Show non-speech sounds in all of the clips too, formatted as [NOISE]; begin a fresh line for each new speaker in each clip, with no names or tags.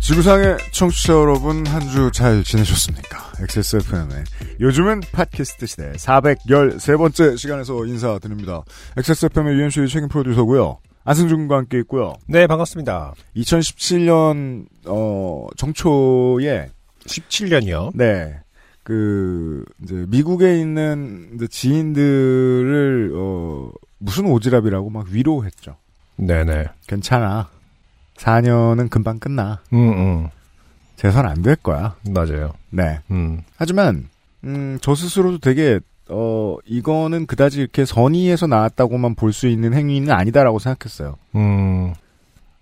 지구상의 청취자 여러분 한 주 잘 지내셨습니까? XSFM의 요즘은 팟캐스트 시대 413번째 시간에서 인사드립니다. XSFM의 유현수의 책임 프로듀서고요. 안승준과 함께 있고요.
네, 반갑습니다.
2017년 어 정초에
17년이요.
네. 그 이제 미국에 있는 이제 지인들을 어 무슨 오지랖이라고 막 위로했죠.
네네.
괜찮아. 4년은 금방 끝나.
음,
재선 안 될 거야.
음. 맞아요.
네.
음.
하지만 음, 저 스스로도 되게 어 이거는 그다지 이렇게 선의에서 나왔다고만 볼 수 있는 행위는 아니다라고 생각했어요.
음.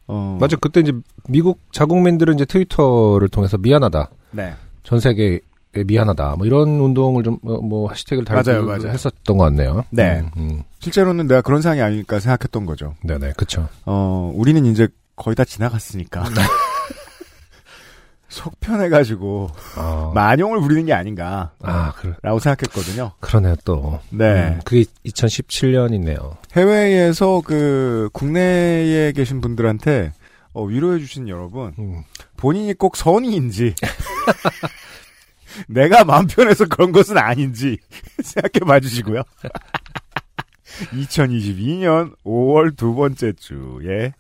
어,
맞아. 그때 이제 미국 자국민들은 이제 트위터를 통해서 미안하다.
네.
전 세계에 미안하다. 뭐 이런 운동을 좀, 뭐, 뭐 해시태그를 달고
맞아요, 맞아요.
했었던 것 같네요.
네.
음, 음.
실제로는 내가 그런 상황이 아닐까 생각했던 거죠.
네네. 그쵸.
어 우리는 이제 거의 다 지나갔으니까
네.
[LAUGHS] 속편해가지고
아.
만용을 부리는 게 아닌가라고
아, 그러,
생각했거든요.
그러네요, 또.
네.
음, 그게 2017년이네요.
해외에서 그 국내에 계신 분들한테 어, 위로해주신 여러분
음.
본인이 꼭 선의인지 [LAUGHS] 내가 마음 편해서 그런 것은 아닌지 [LAUGHS] 생각해 봐주시고요. [LAUGHS] 2022년 5월 두 번째 주에 예.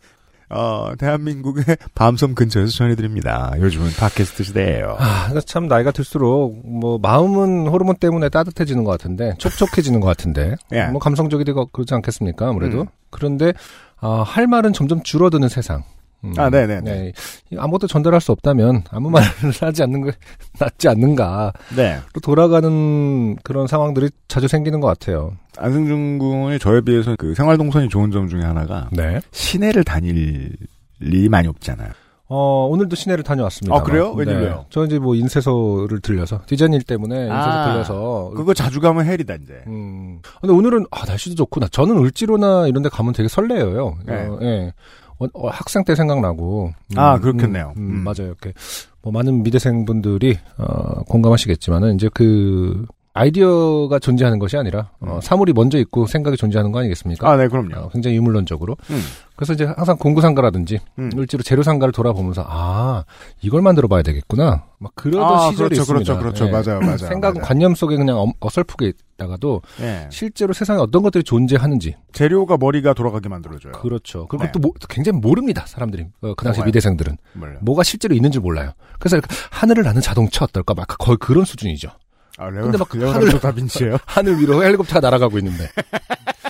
어, 대한민국의 밤섬 근처에서 전해드립니다. 요즘은 팟캐스트 시대예요.
아, 근데 참 나이가 들수록 뭐 마음은 호르몬 때문에 따뜻해지는 것 같은데 촉촉해지는 것 같은데
예.
뭐 감성적이 되고 그러지 않겠습니까? 아무래도
음.
그런데 아, 할 말은 점점 줄어드는 세상. 음.
아, 네네네.
네, 이- 아무것도 전달할 수 없다면 아무 말을 [LAUGHS] 하지 않는 게 낫지 않는가로
네.
돌아가는 그런 상황들이 자주 생기는 것 같아요.
안승준 군이 저에 비해서 그 생활동선이 좋은 점 중에 하나가
네.
시내를 다닐 일이 많이 없잖아요.
어, 오늘도 시내를 다녀왔습니다.
아, 그래요? 웬일로요?
저 이제 뭐 인쇄소를 들려서 디자인 일 때문에 인쇄소
아,
들려서
그거 자주 가면 헬이다, 이제.
음. 근데 오늘은 아 날씨도 좋구나. 저는 을지로나 이런 데 가면 되게 설레요.
네.
어, 예. 어, 어, 학생 때 생각나고.
아, 그렇겠네요.
음,
음.
맞아요. 이렇게 뭐 많은 미대생분들이 어, 공감하시겠지만은 이제 그 아이디어가 존재하는 것이 아니라 어,
음.
사물이 먼저 있고 생각이 존재하는 거 아니겠습니까?
아, 네, 그럼요.
어, 굉장히 유물론적으로.
음.
그래서 이제 항상 공구상가라든지
음.
을지로 재료상가를 돌아보면서 아 이걸 만들어 봐야 되겠구나. 막 그러던
아,
시절이
그렇죠,
있습니다.
그렇죠, 그렇죠.
예.
맞아요, 맞아요.
생각
맞아요.
관념 속에 그냥 엄- 어설프게 있다가도
예.
실제로 세상에 어떤 것들이 존재하는지
재료가 머리가 돌아가게 만들어줘요.
그렇죠. 그리고
네.
또 모- 굉장히 모릅니다 사람들이 어, 그 당시
뭐가요?
미대생들은
몰라요.
뭐가 실제로 있는 줄 몰라요. 그래서 이렇게 하늘을 나는 자동차 어떨까 막 거의 그런 수준이죠.
아, 레오,
근데 막그
레오나르도
하늘-
다빈치예요?
하늘 위로 헬리콥터가 날아가고 있는데 [LAUGHS]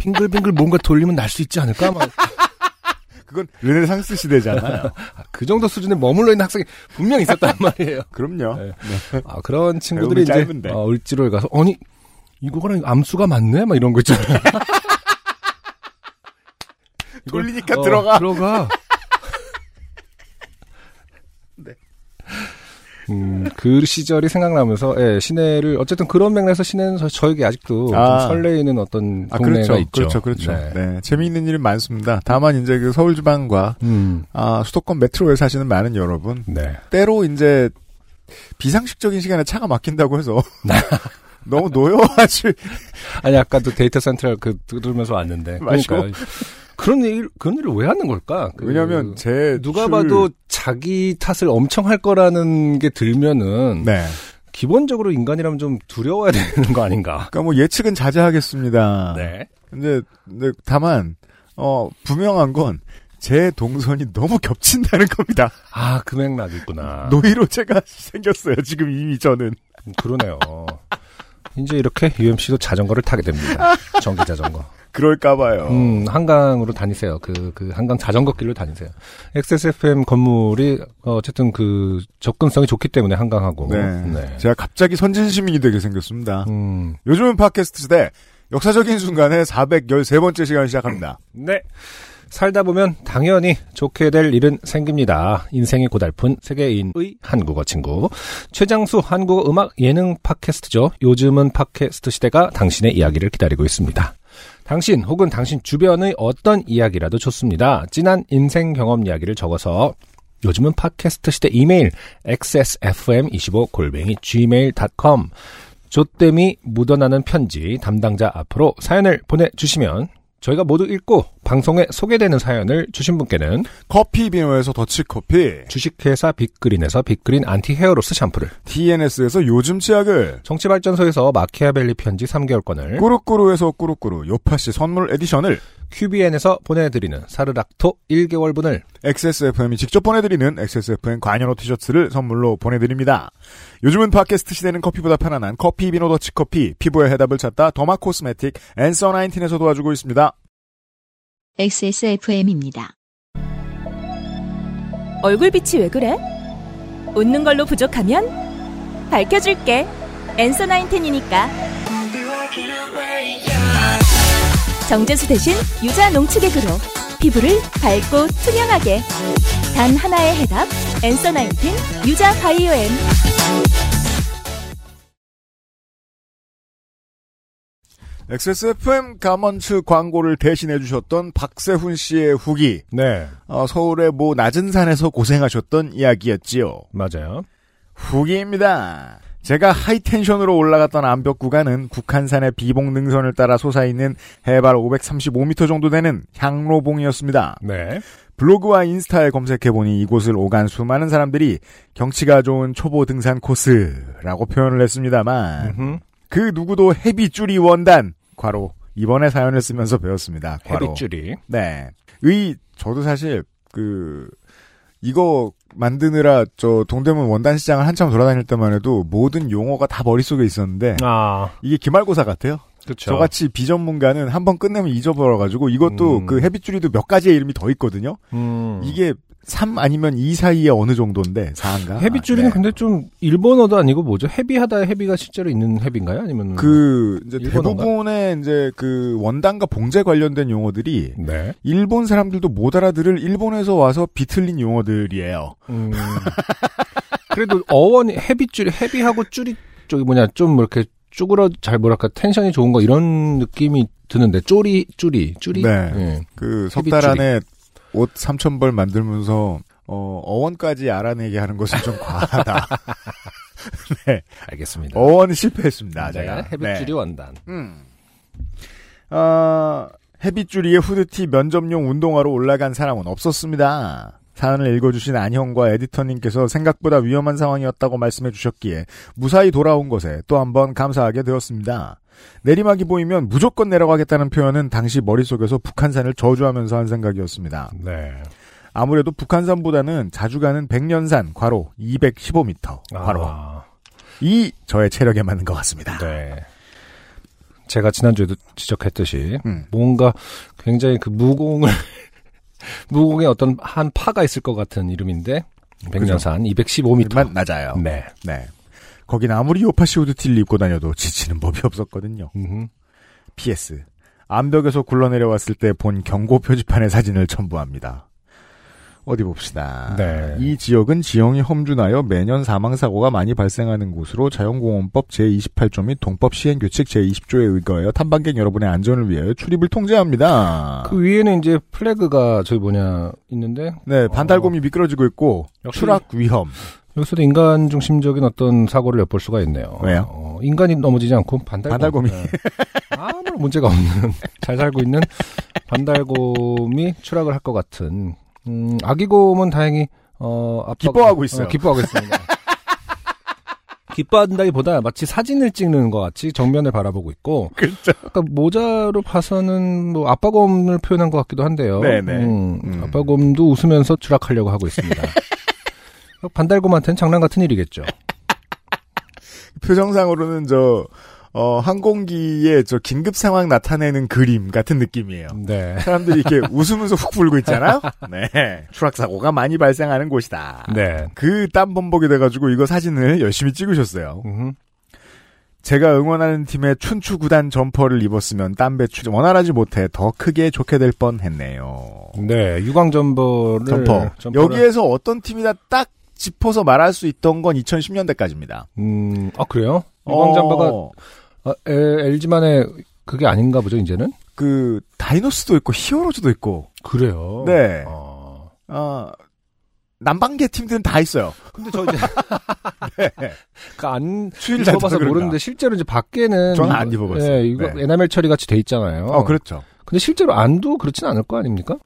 빙글빙글 뭔가 돌리면 날 수 있지 않을까 막 [LAUGHS] 그
그건
[LAUGHS]
르네상스 시대잖아요.
그 정도 수준에 머물러 있는 학생이 분명 있었단 [LAUGHS] 말이에요.
그럼요.
네.
네.
아, 그런 친구들이 이제
짧은데.
어, 을지로에 가서 아니 이거랑 암수가 맞네 막 이런 거 있잖아요. 이걸-
[LAUGHS] 돌리니까 들어가. [LAUGHS]
들어가.
네.
음, 그 시절이 생각나면서, 예, 시내를, 어쨌든 그런 맥락에서 시내는 저, 저에게 아직도
아.
좀 설레이는 어떤
아,
동네가
그렇죠.
있죠.
그렇죠. 그렇죠.
네.
네. 재미있는 일이 많습니다. 다만, 이제 그 서울지방과,
음,
아, 수도권 메트로에 사시는 많은 여러분.
네.
때로 이제, 비상식적인 시간에 차가 막힌다고
[LAUGHS]
해서. 너무 노여워하실.
아니, 아까도 데이터 센트럴 그, 들으면서 왔는데.
마시고.
그러니까요. 그런 일, 그런 일을 왜 하는 걸까? 그,
왜냐면, 제.
누가
술-
봐도 자기 탓을 엄청 할 거라는 게 들면은.
네.
기본적으로 인간이라면 좀 두려워야 [LAUGHS] 되는 거 아닌가.
그러니까 뭐
네.
예측은 자제하겠습니다. 근데, 근데 다만 어 분명한 건 제 동선이 너무 겹친다는 겁니다.
아, 그 맥락이 있구나. 음,
노이로 제가 생겼어요. 지금 이미 저는
그러네요. 이제 이렇게 UMC도 자전거를 타게 됩니다. 전기 자전거.
그럴까봐요.
음, 한강으로 다니세요. 그, 그, 한강 자전거 길로 다니세요. XSFM 건물이, 어, 어쨌든 그, 접근성이 좋기 때문에 한강하고.
네. 제가 갑자기 선진 시민이 되게 생겼습니다.
음,
요즘은 팟캐스트 시대 역사적인 순간에 413번째 시간 시작합니다.
네. 살다 보면 당연히 좋게 될 일은 생깁니다. 인생의 고달픈 세계인의 한국어 친구. 최장수 한국어 음악 예능 팟캐스트죠. 요즘은 팟캐스트 시대가 당신의 이야기를 기다리고 있습니다. 당신 혹은 당신 주변의 어떤 이야기라도 좋습니다. 진한 인생 경험 이야기를 적어서 요즘은 팟캐스트 시대 이메일 xsfm25골뱅이 gmail.com 조땜이 묻어나는 편지 담당자 앞으로 사연을 보내주시면 저희가 모두 읽고 방송에 소개되는 사연을 주신 분께는
커피 비누에서 더치커피,
주식회사 빅그린에서 빅그린 안티 헤어로스 샴푸를
TNS에서 요즘 치약을,
정치발전소에서 마키아벨리 편지 3개월권을
꾸루꾸루에서 꾸루꾸루 요파시 선물 에디션을
QBN에서 보내드리는 사르락토 1개월분을
XSFM이 직접 보내드리는 XSFM 관여로 티셔츠를 선물로 보내드립니다. 요즘은 팟캐스트 시대는 커피보다 편안한 커피 비노 더치 커피, 피부의 해답을 찾다 더마 코스메틱 앤서 19에서 도와주고 있습니다.
XSFM입니다.
얼굴빛이 왜 그래? 웃는 걸로 부족하면 밝혀줄게. 엔서 나인텐이니까. 정제수 대신 유자 농축액으로 피부를 밝고 투명하게. 단 하나의 해답. 엔서 나인텐 유자 바이오엠.
XSFM 가먼츠 광고를 대신해주셨던 박세훈 씨의 후기,
네
어, 서울의 모 낮은 산에서 고생하셨던 이야기였지요.
맞아요
후기입니다. 제가 하이텐션으로 올라갔던 암벽 구간은 북한산의 비봉 능선을 따라 솟아있는 해발 535m 정도 되는 향로봉이었습니다.
네
블로그와 인스타에 검색해보니 이곳을 오간 수많은 사람들이 경치가 좋은 초보 등산 코스라고 표현을 했습니다만
음흠.
그 누구도 헤비줄이 원단 과로 이번에 사연을 쓰면서 배웠습니다. 과로.
헤비줄이
네. 의 저도 사실 그 이거 만드느라 저 동대문 원단 시장을 한참 돌아다닐 때만 해도 모든 용어가 다 머릿속에 있었는데
아
이게 기말고사 같아요.
그쵸
저같이 비전문가는 한번 끝내면 잊어버려 가지고 이것도
음.
그 헤비줄이도 몇 가지의 이름이 더 있거든요.
음.
이게 3 아니면 2 사이에 어느 정도인데 아, 4인가?
아, 헤비줄이는 근데 좀 일본어도 아니고 뭐죠? 헤비하다 헤비가 실제로 있는 헤비인가요? 아니면
그 이제
일본어인가?
대부분의 이제 그 원단과 봉제 관련된 용어들이
네.
일본 사람들도 못 알아들을 일본에서 와서 비틀린 용어들이에요.
음. 그래도 어원이 헤비줄 헤비하고 줄이 저기 뭐냐 좀 이렇게 쪼그러 잘 뭐랄까 텐션이 좋은 거 이런 느낌이 드는데 쪼리 쪼리 쪼리
네.
예.
그 석
헤비줄이.
달 안에 옷 3천 벌 만들면서 어, 어원까지 알아내게 하는 것은 좀 과하다.
[LAUGHS] 알겠습니다.
어원 실패했습니다.
네,
제가
헤비줄이
네.
원단.
음. 아, 헤비줄이의 후드티 면접용 운동화로 올라간 사람은 없었습니다. 사연을 읽어주신 안형과 에디터님께서 생각보다 위험한 상황이었다고 말씀해 주셨기에 무사히 돌아온 것에 또 한번 감사하게 되었습니다. 내리막이 보이면 무조건 내려가겠다는 표현은 당시 머릿속에서 북한산을 저주하면서 한 생각이었습니다.
네.
아무래도 북한산보다는 자주 가는 백년산 과로 215m 과로
아,
이 저의 체력에 맞는 것 같습니다.
네. 제가 지난주에도 지적했듯이
음.
뭔가 굉장히 그 무공을 [LAUGHS] 무공의 어떤 한 파가 있을 것 같은 이름인데 백년산 215m.
만 낮아요.
네.
네. 거긴 아무리 요파시 후드티를 입고 다녀도 지치는 법이 없었거든요.
음.
PS. 암벽에서 굴러내려왔을 때 본 경고 표지판의 사진을 첨부합니다. 어디 봅시다.
네.
이 지역은 지형이 험준하여 매년 사망사고가 많이 발생하는 곳으로 자연공원법 제28조 및 동법 시행규칙 제20조에 의거하여 탐방객 여러분의 안전을 위하여 출입을 통제합니다.
그 위에는 이제 플래그가 저기 뭐냐 있는데
네, 반달곰이 미끄러지고 있고
역시-
추락 위험.
여기서도 인간 중심적인 어떤 사고를 엿볼 수가 있네요.
왜요?
어, 인간이 넘어지지 않고 반달곰.
반달곰이.
네. 아무런 문제가 없는 [LAUGHS] 잘 살고 있는 반달곰이 추락을 할 것 같은 음, 아기곰은 다행히 어, 아빠-
기뻐하고 있어요.
어, 기뻐하고 있습니다. [LAUGHS] 기뻐한다기보다 마치 사진을 찍는 것 같이 정면을 바라보고 있고
그렇죠.
아까 그러니까 모자로 봐서는 뭐 아빠곰을 표현한 것 같기도 한데요.
네네.
음,
음.
아빠곰도 웃으면서 추락하려고 하고 있습니다. [LAUGHS] 반달곰한테는 장난 같은 일이겠죠.
표정상으로는 저, 어, 항공기에 저 긴급 상황 나타내는 그림 같은 느낌이에요.
네.
사람들이 [LAUGHS] 이렇게 웃으면서 훅 불고 있잖아요? 네. 추락사고가 많이 발생하는 곳이다.
네.
그 땀 범벅이 돼가지고 이거 사진을 열심히 찍으셨어요.
음,
제가 응원하는 팀의 춘추 구단 점퍼를 입었으면 땀 배출이 원활하지 못해 더 크게 좋게 될 뻔했네요.
네, 유광 점퍼를
점퍼.
점퍼를-
여기에서 어떤 팀이다 딱 짚어서 말할 수 있던 건 2010년대까지입니다.
음, 아 그래요?
어.
유광 점퍼가 아, LG만의 그게 아닌가 보죠 이제는?
그 다이노스도 있고 히어로즈도 있고
그래요.
네.
아.
아 남방계 팀들은 다 있어요.
근데 저 이제
[LAUGHS] 네.
그러니까 그안
추리를 잘
입어봐서
들어서 그런가.
모르는데 실제로 이제 밖에는
저는
이거-
안 입어봤어요.
예, 이거
네.
에나멜 처리 같이 돼 있잖아요.
어, 그렇죠.
근데 실제로 안도 그렇진 않을 거 아닙니까?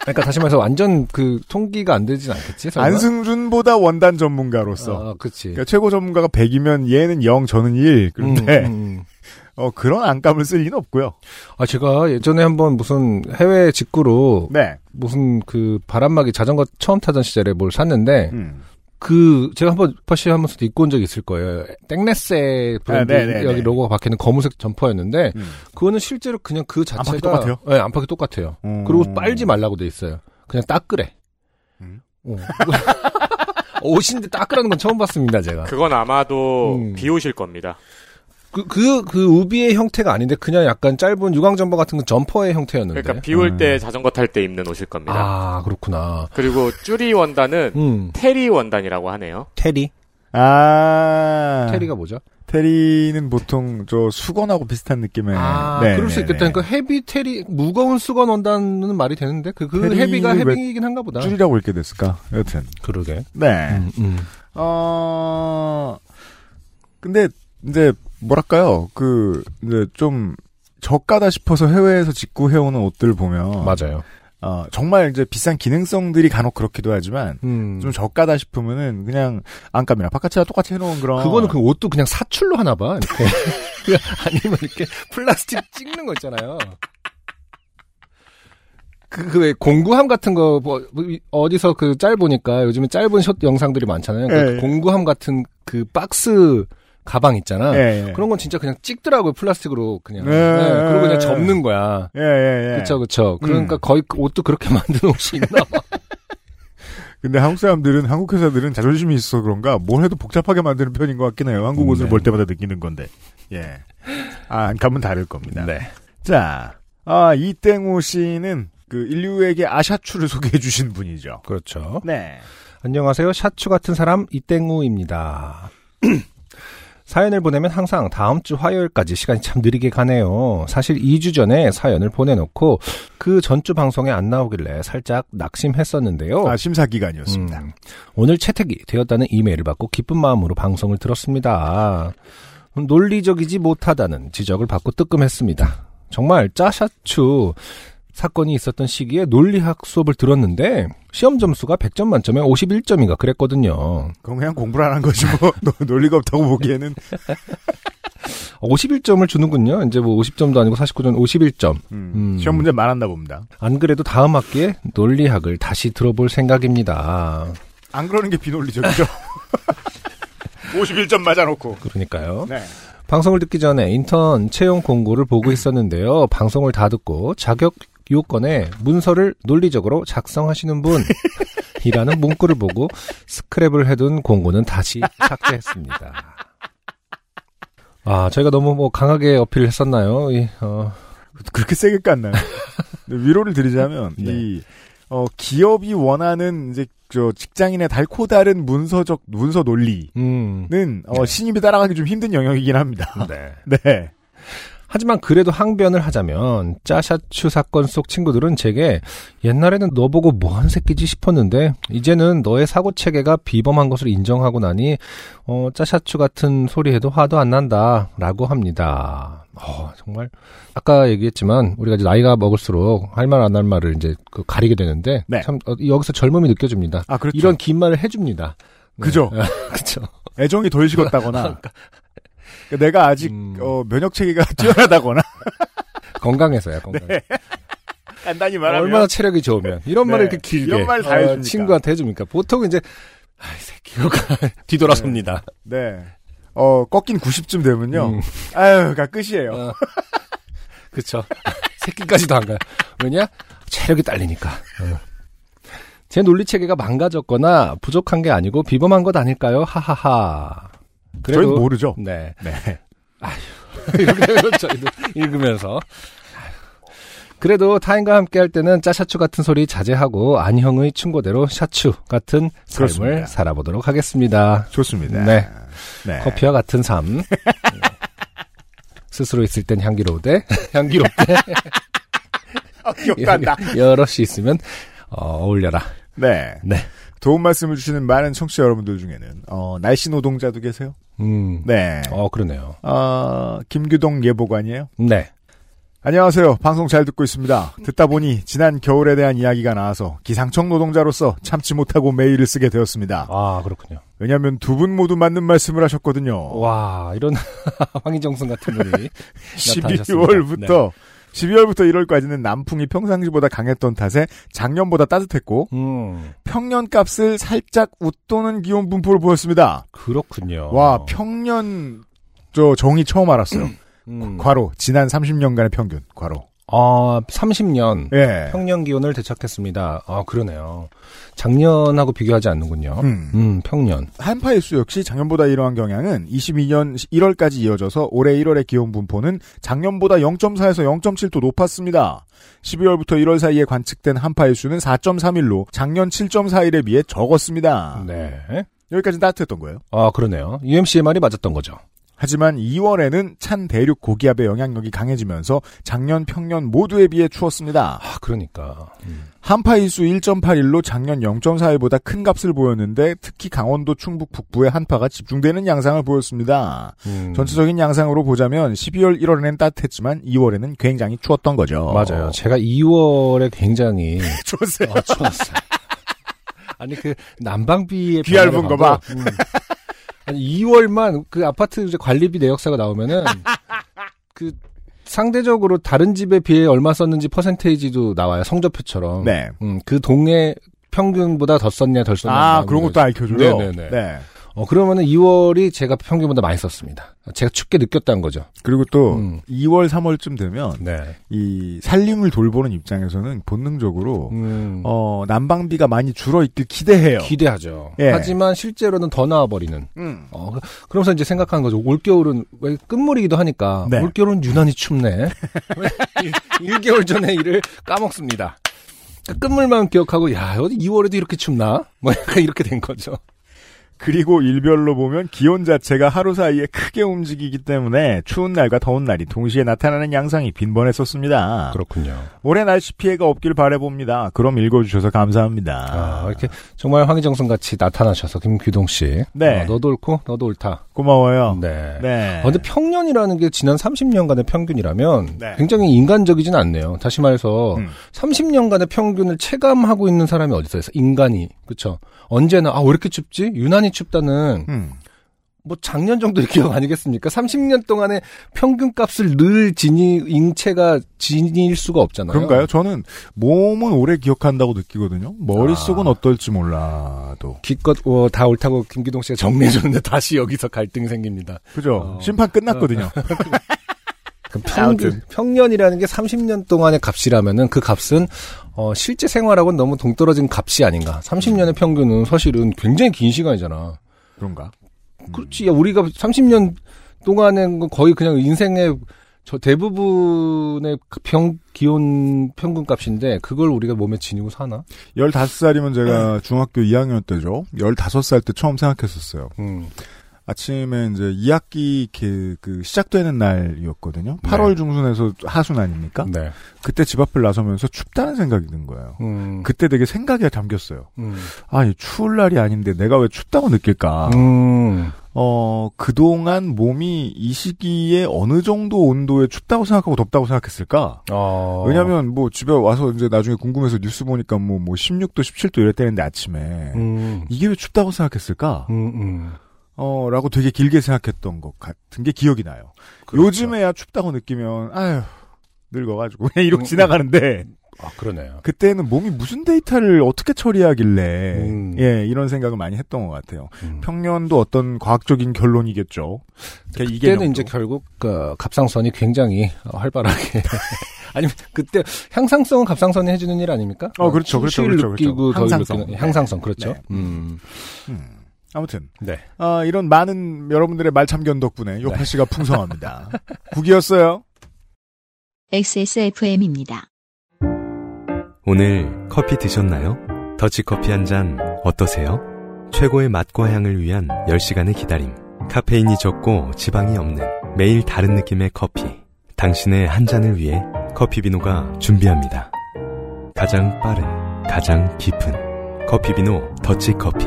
그러니까 다시 말해서 완전 그 통기가 안 되진 않겠지. 설마?
안승준보다 원단 전문가로서
아, 그렇지.
그러니까 최고 전문가가 100이면 얘는 0, 저는 1. 그런데
음, 음.
어, 그런 안감을 쓸 리는 없고요.
아 제가 예전에 한번 무슨 해외 직구로
네.
무슨 그 바람막이 자전거 처음 타던 시절에 뭘 샀는데
음.
그 제가 한번 퍼시 하면서 입고 온 적이 있을 거예요. 땡레스의 브랜드
아, 네네네.
여기 로고가 박혀 있는 검은색 점퍼였는데
음.
그거는 실제로 그냥 그 자체가
안팎이 똑같아요?
네, 안팎이 똑같아요.
음.
그리고 빨지 말라고 돼 있어요. 그냥 닦으래.
음.
어. [LAUGHS] 옷인데 닦으라는 건 처음 봤습니다, 제가.
그건 아마도
음.
비 오실 겁니다.
그, 그, 그 우비의 형태가 아닌데 그냥 약간 짧은 유광점퍼 같은 건 점퍼의 형태였는데.
그러니까 비 올 때
음.
자전거 탈 때 입는 옷일 겁니다.
아, 그렇구나.
그리고 쭈리 원단은
음.
테리 원단이라고 하네요.
테리.
아.
테리가 뭐죠?
테리는 보통 저 수건하고 비슷한 느낌의.
아,
네,
그럴 수
네,
있겠다.
네.
그러니까 헤비 테리, 무거운 수건 온다는 말이 되는데 그, 그
테리를
헤비가
왜
헤비이긴 한가 보다.
네. 줄이라고 읽게 됐을까? 여튼.
그러게.
네.
음, 음.
어, 근데, 이제, 뭐랄까요. 그, 이제 좀, 저가다 싶어서 해외에서 직구 해오는 옷들 보면.
맞아요.
어, 정말 이제 비싼 기능성들이 간혹 그렇기도 하지만,
음.
좀 저가다 싶으면은, 그냥, 안감이나 바깥이랑 똑같이 해놓은 그런.
그거는 그 옷도 그냥 사출로 하나 봐. 이렇게. [LAUGHS] 아니면 이렇게 플라스틱 찍는 거 있잖아요. 그, 그, 왜, 공구함 같은 거, 뭐, 뭐 이- 어디서 그, 짧으니까, 요즘에 짧은 숏 영상들이 많잖아요. 그
예, 예.
공구함 같은 그, 박스 가방 있잖아.
예, 예.
그런 건 진짜 그냥 찍더라고요, 플라스틱으로, 그냥.
예,
네, 그리고
예, 예.
그냥 접는 거야.
예, 예, 예.
그쵸, 그쵸. 그러니까
음.
거의 그 옷도 그렇게 [LAUGHS] 만드는 옷이 있나 봐.
근데 한국 사람들은, 한국 회사들은 자존심이 있어서 그런가, 뭘 해도 복잡하게 만드는 편인 것 같긴 해요. 한국 옷을
네.
볼 때마다 느끼는 건데. 예. 아, 안감은 다를 겁니다.
네.
자, 아, 이땡우 씨는 그 인류에게 아샤추를 소개해 주신 분이죠.
그렇죠.
네.
안녕하세요. 샤추 같은 사람 이땡우입니다. [CLEARS THROAT] 사연을 보내면 항상 다음 주 화요일까지 시간이 참 느리게 가네요. 사실 2주 전에 사연을 보내놓고 그 전주 방송에 안 나오길래 살짝 낙심했었는데요.
아, 심사 기간이었습니다.
음, 오늘 채택이 되었다는 이메일을 받고 기쁜 마음으로 방송을 들었습니다. 논리적이지 못하다는 지적을 받고 뜨끔했습니다. 정말 짜샤추 사건이 있었던 시기에 논리학 수업을 들었는데 시험 점수가 100점 만점에 51점인가 그랬거든요.
그럼 그냥 공부를 안 한 거지 [LAUGHS] 뭐 노- 논리가 없다고 보기에는
51점을 주는군요. 이제 뭐 50점도 아니고 49점 51점.
음,
음.
시험 문제 많았나 봅니다.
안 그래도 다음 학기에 논리학을 다시 들어볼 생각입니다.
안 그러는 게 [LAUGHS] 비논리적이죠. 51점 맞아놓고.
그러니까요.
네. 음.
방송을 듣기 전에 인턴 채용 공고를 보고 있었는데요. 방송을 다 듣고 자격 요건에 문서를 논리적으로 작성하시는
[LAUGHS]
분이라는 문구를 보고 스크랩을 해둔 공고는 다시 삭제했습니다. 아, 저희가 너무 뭐 강하게 어필을 했었나요? 이, 어,
그렇게 세게 깠나요? 근데 [LAUGHS] 위로를 드리자면
네.
이 어, 기업이 원하는 이제 저 직장인의 달코 다른 문서적 문서 논리는
음.
어, 신입이 따라가기 좀 힘든 영역이긴 합니다. [LAUGHS]
네.
네.
하지만 그래도 항변을 하자면 짜샤추 사건 속 친구들은 제게 옛날에는 너 보고 뭐한 새끼지 싶었는데 이제는 너의 사고 체계가 비범한 것을 인정하고 나니 어, 짜샤추 같은 소리에도 화도 안 난다라고 합니다. 어, 정말 아까 얘기했지만 우리가 이제 나이가 먹을수록 할 말 안 할 말을 이제 그 가리게 되는데
네.
참 어, 여기서 젊음이 느껴집니다.
아 그렇죠.
이런 긴 말을 해줍니다. 네.
[LAUGHS] 그죠.
그죠.
애정이 덜 식었다거나 그러니까 내가 아직
음.
어, 면역 체계가 [LAUGHS] 뛰어나다거나
건강해서요. 건강.
간단히
얼마나 체력이 좋으면 이런
네.
말을 이렇게 길게
이런 말다
어,
해줍니까?
친구한테 해줍니까? 보통 이제 아이 새끼가 [LAUGHS] 뒤돌아섭니다.
네. 어, 꺾인 90쯤 되면요.
음.
아유가 끝이에요.
어. 그쵸. 새끼까지도 안 가요. 왜냐? 체력이 딸리니까. 어. 제 논리 체계가 망가졌거나 부족한 게 아니고 비범한 것 아닐까요? 하하하.
저희는 모르죠.
네. [LAUGHS]
네.
이러면서 저희도 읽으면서. 그래도 타인과 함께 할 때는 짜샤추 같은 소리 자제하고 안형의 충고대로 샤추 같은 삶을
그렇습니다.
살아보도록 하겠습니다.
좋습니다.
네.
네.
커피와 같은
[LAUGHS]
삶. 스스로 있을 땐
[LAUGHS]
향기로우되 [LAUGHS] 향기롭대
아, [LAUGHS] 기억난다.
[LAUGHS] 여럿이 있으면 어, 어울려라.
네.
네.
도움 말씀을 주시는 많은 청취자 여러분들 중에는 어, 날씨 노동자도 계세요.
음.
네.
어 그러네요.
어, 김규동 예보관이에요.
네.
안녕하세요. 방송 잘 듣고 있습니다. 듣다 보니 지난 겨울에 대한 이야기가 나와서 기상청 노동자로서 참지 못하고 메일을 쓰게 되었습니다.
아 그렇군요.
왜냐하면 두 분 모두 맞는 말씀을
어,
하셨거든요.
와 이런 [LAUGHS] 황희정선 같은 분이
12월부터 12월부터 1월까지는 남풍이 평상시보다 강했던 탓에 작년보다 따뜻했고
음
평년값을 살짝 웃도는 기온 분포를 보였습니다.
그렇군요.
와 평년 저 정의 처음 알았어요.
음.
과로 지난 30년간의 평균 과로.
아 30년
예.
평년 기온을 되찾겠습니다. 아 그러네요. 작년하고 비교하지 않는군요.
음.
음 평년.
한파의 수 역시 작년보다 이러한 경향은 22년 1월까지 이어져서 올해 1월의 기온 분포는 작년보다 0.4에서 0.7도 높았습니다. 12월부터 1월 사이에 관측된 한파의 수는 4.3일로 작년 7.4일에 비해 적었습니다.
네.
여기까지 따뜻했던 거예요.
아 그러네요. UMC의 말이 맞았던 거죠.
하지만 2월에는 찬 대륙 고기압의 영향력이 강해지면서 작년 평년 모두에 비해 추웠습니다.
아 그러니까.
한파일수 1.81로 작년 0.4일보다 큰 값을 보였는데 특히 강원도 충북 북부의 한파가 집중되는 양상을 보였습니다.
음.
전체적인 양상으로 보자면 12월 1월에는 따뜻했지만 2월에는 굉장히 추웠던 거죠. [LAUGHS]
맞아요. 제가 2월에 굉장히
어. 추웠어요.
어, 추웠어요. 아니 그 난방비에
귀 얇은 거 봐.
음. 아니 2월만 그 아파트 이제 관리비 내역서가 나오면은 그 상대적으로 다른 집에 비해 얼마 썼는지 퍼센테이지도 나와요. 성적표처럼.
네.
음, 그 동네 평균보다 더 썼냐 덜 썼냐.
아,
나오는
그런
거죠.
것도 알려줘요.
네네네.
네.
어, 그러면은 2월이 제가 평균보다 많이 썼습니다. 제가 춥게 느꼈다는 거죠.
그리고 또
음.
2월 3월쯤 되면
네.
이 살림을 돌보는 입장에서는 본능적으로
음,
어, 난방비가 많이 줄어 있길 기대해요.
기대하죠.
예.
하지만 실제로는 더 나와버리는.
음.
어, 그- 그러면서 이제 생각하는 거죠. 올겨울은, 왜 끝물이기도 하니까.
네.
올겨울은 유난히 춥네. [LAUGHS] 1개월 전에 일을 까먹습니다. 그 끝물만 기억하고, 야, 어디 2월에도 이렇게 춥나? 뭐 약간 이렇게 된 거죠.
그리고 일별로 보면 기온 자체가 하루 사이에 크게 움직이기 때문에 추운 날과 더운 날이 동시에 나타나는 양상이 빈번했었습니다.
그렇군요.
올해 날씨 피해가 없길 바라봅니다. 그럼 읽어주셔서 감사합니다.
아, 이렇게 정말 황희정선 같이 나타나셔서, 김규동 씨.
네.
어, 너도 옳고, 너도 옳다.
고마워요.
네.
네.
어, 근데 평년이라는 게 지난 30년간의 평균이라면
네.
굉장히 인간적이진 않네요. 다시 말해서
음.
30년간의 평균을 체감하고 있는 사람이 어디서 있어? 인간이. 그쵸? 언제나, 아, 왜 이렇게 춥지? 유난히 춥다는,
음.
뭐 작년 정도의 기억 아니겠습니까? 30년 동안의 평균 값을 늘 지니, 인체가 지닐 수가 없잖아요.
그런가요? 저는 몸은 오래 기억한다고 느끼거든요. 머릿속은
아.
어떨지 몰라도.
기껏 어, 다 옳다고 김기동 씨가 정리해줬는데 다시 여기서 갈등이 생깁니다.
그죠?
어.
심판 끝났거든요.
그 평균, 평년이라는 게 30년 동안의 값이라면은 그 값은 어, 실제 생활하고는 너무 동떨어진 값이 아닌가. 30년의 평균은 사실은 굉장히 긴 시간이잖아.
그런가?
그렇지. 야, 우리가 30년 동안은 거의 그냥 인생의 저 대부분의 평 기온 평균 값인데 그걸 우리가 몸에 지니고 사나?
15살이면
네.
제가 중학교 2학년 때죠. 15살 때 처음 생각했었어요.
음.
아침에 이제 2학기 그, 그 시작되는 날이었거든요.
네.
8월 중순에서 하순 아닙니까?
네.
그때 집 앞을 나서면서 춥다는 생각이 든 거예요.
음.
그때 되게 생각에 잠겼어요.
음.
아, 이 추울 날이 아닌데 내가 왜 춥다고 느낄까?
음.
어, 그동안 몸이 이 시기에 어느 정도 온도에 춥다고 생각하고 덥다고 생각했을까?
어.
왜냐면 뭐 집에 와서 이제 나중에 궁금해서 뉴스 보니까 뭐, 뭐 16도, 17도 이랬다는데 아침에.
음.
이게 왜 춥다고 생각했을까?
음. 음.
어, 라고 되게 길게 생각했던 것 같은 게 기억이 나요.
그렇죠.
요즘에야 춥다고 느끼면, 아휴, 늙어가지고, [LAUGHS] 그냥
음,
이러고 지나가는데,
아, 그러네요.
그때는 몸이 무슨 데이터를 어떻게 처리하길래,
음.
예, 이런 생각을 많이 했던 것 같아요.
음.
평년도 어떤 과학적인 결론이겠죠. 그이
그때는 이제 결국 그 갑상선이 굉장히 활발하게 [LAUGHS] 아니면 그때 향상성은 갑상선이 해주는 일 아닙니까?
어, 그렇죠, 그렇죠,
숨쉬를
그렇죠, 그렇죠.
느끼고 더
향상성.
느끼는- 향상성 그렇죠.
네.
음.
아무튼
네.
아, 이런 많은 여러분들의 말참견 덕분에 요파
네.
씨가 풍성합니다. [LAUGHS] 국이었어요.
XSFM입니다.
오늘 커피 드셨나요? 더치커피 한 잔 어떠세요? 최고의 맛과 향을 위한 10시간의 기다림. 카페인이 적고 지방이 없는 매일 다른 느낌의 커피. 당신의 한 잔을 위해 커피비노가 준비합니다. 가장 빠른, 가장 깊은 커피비노 더치커피.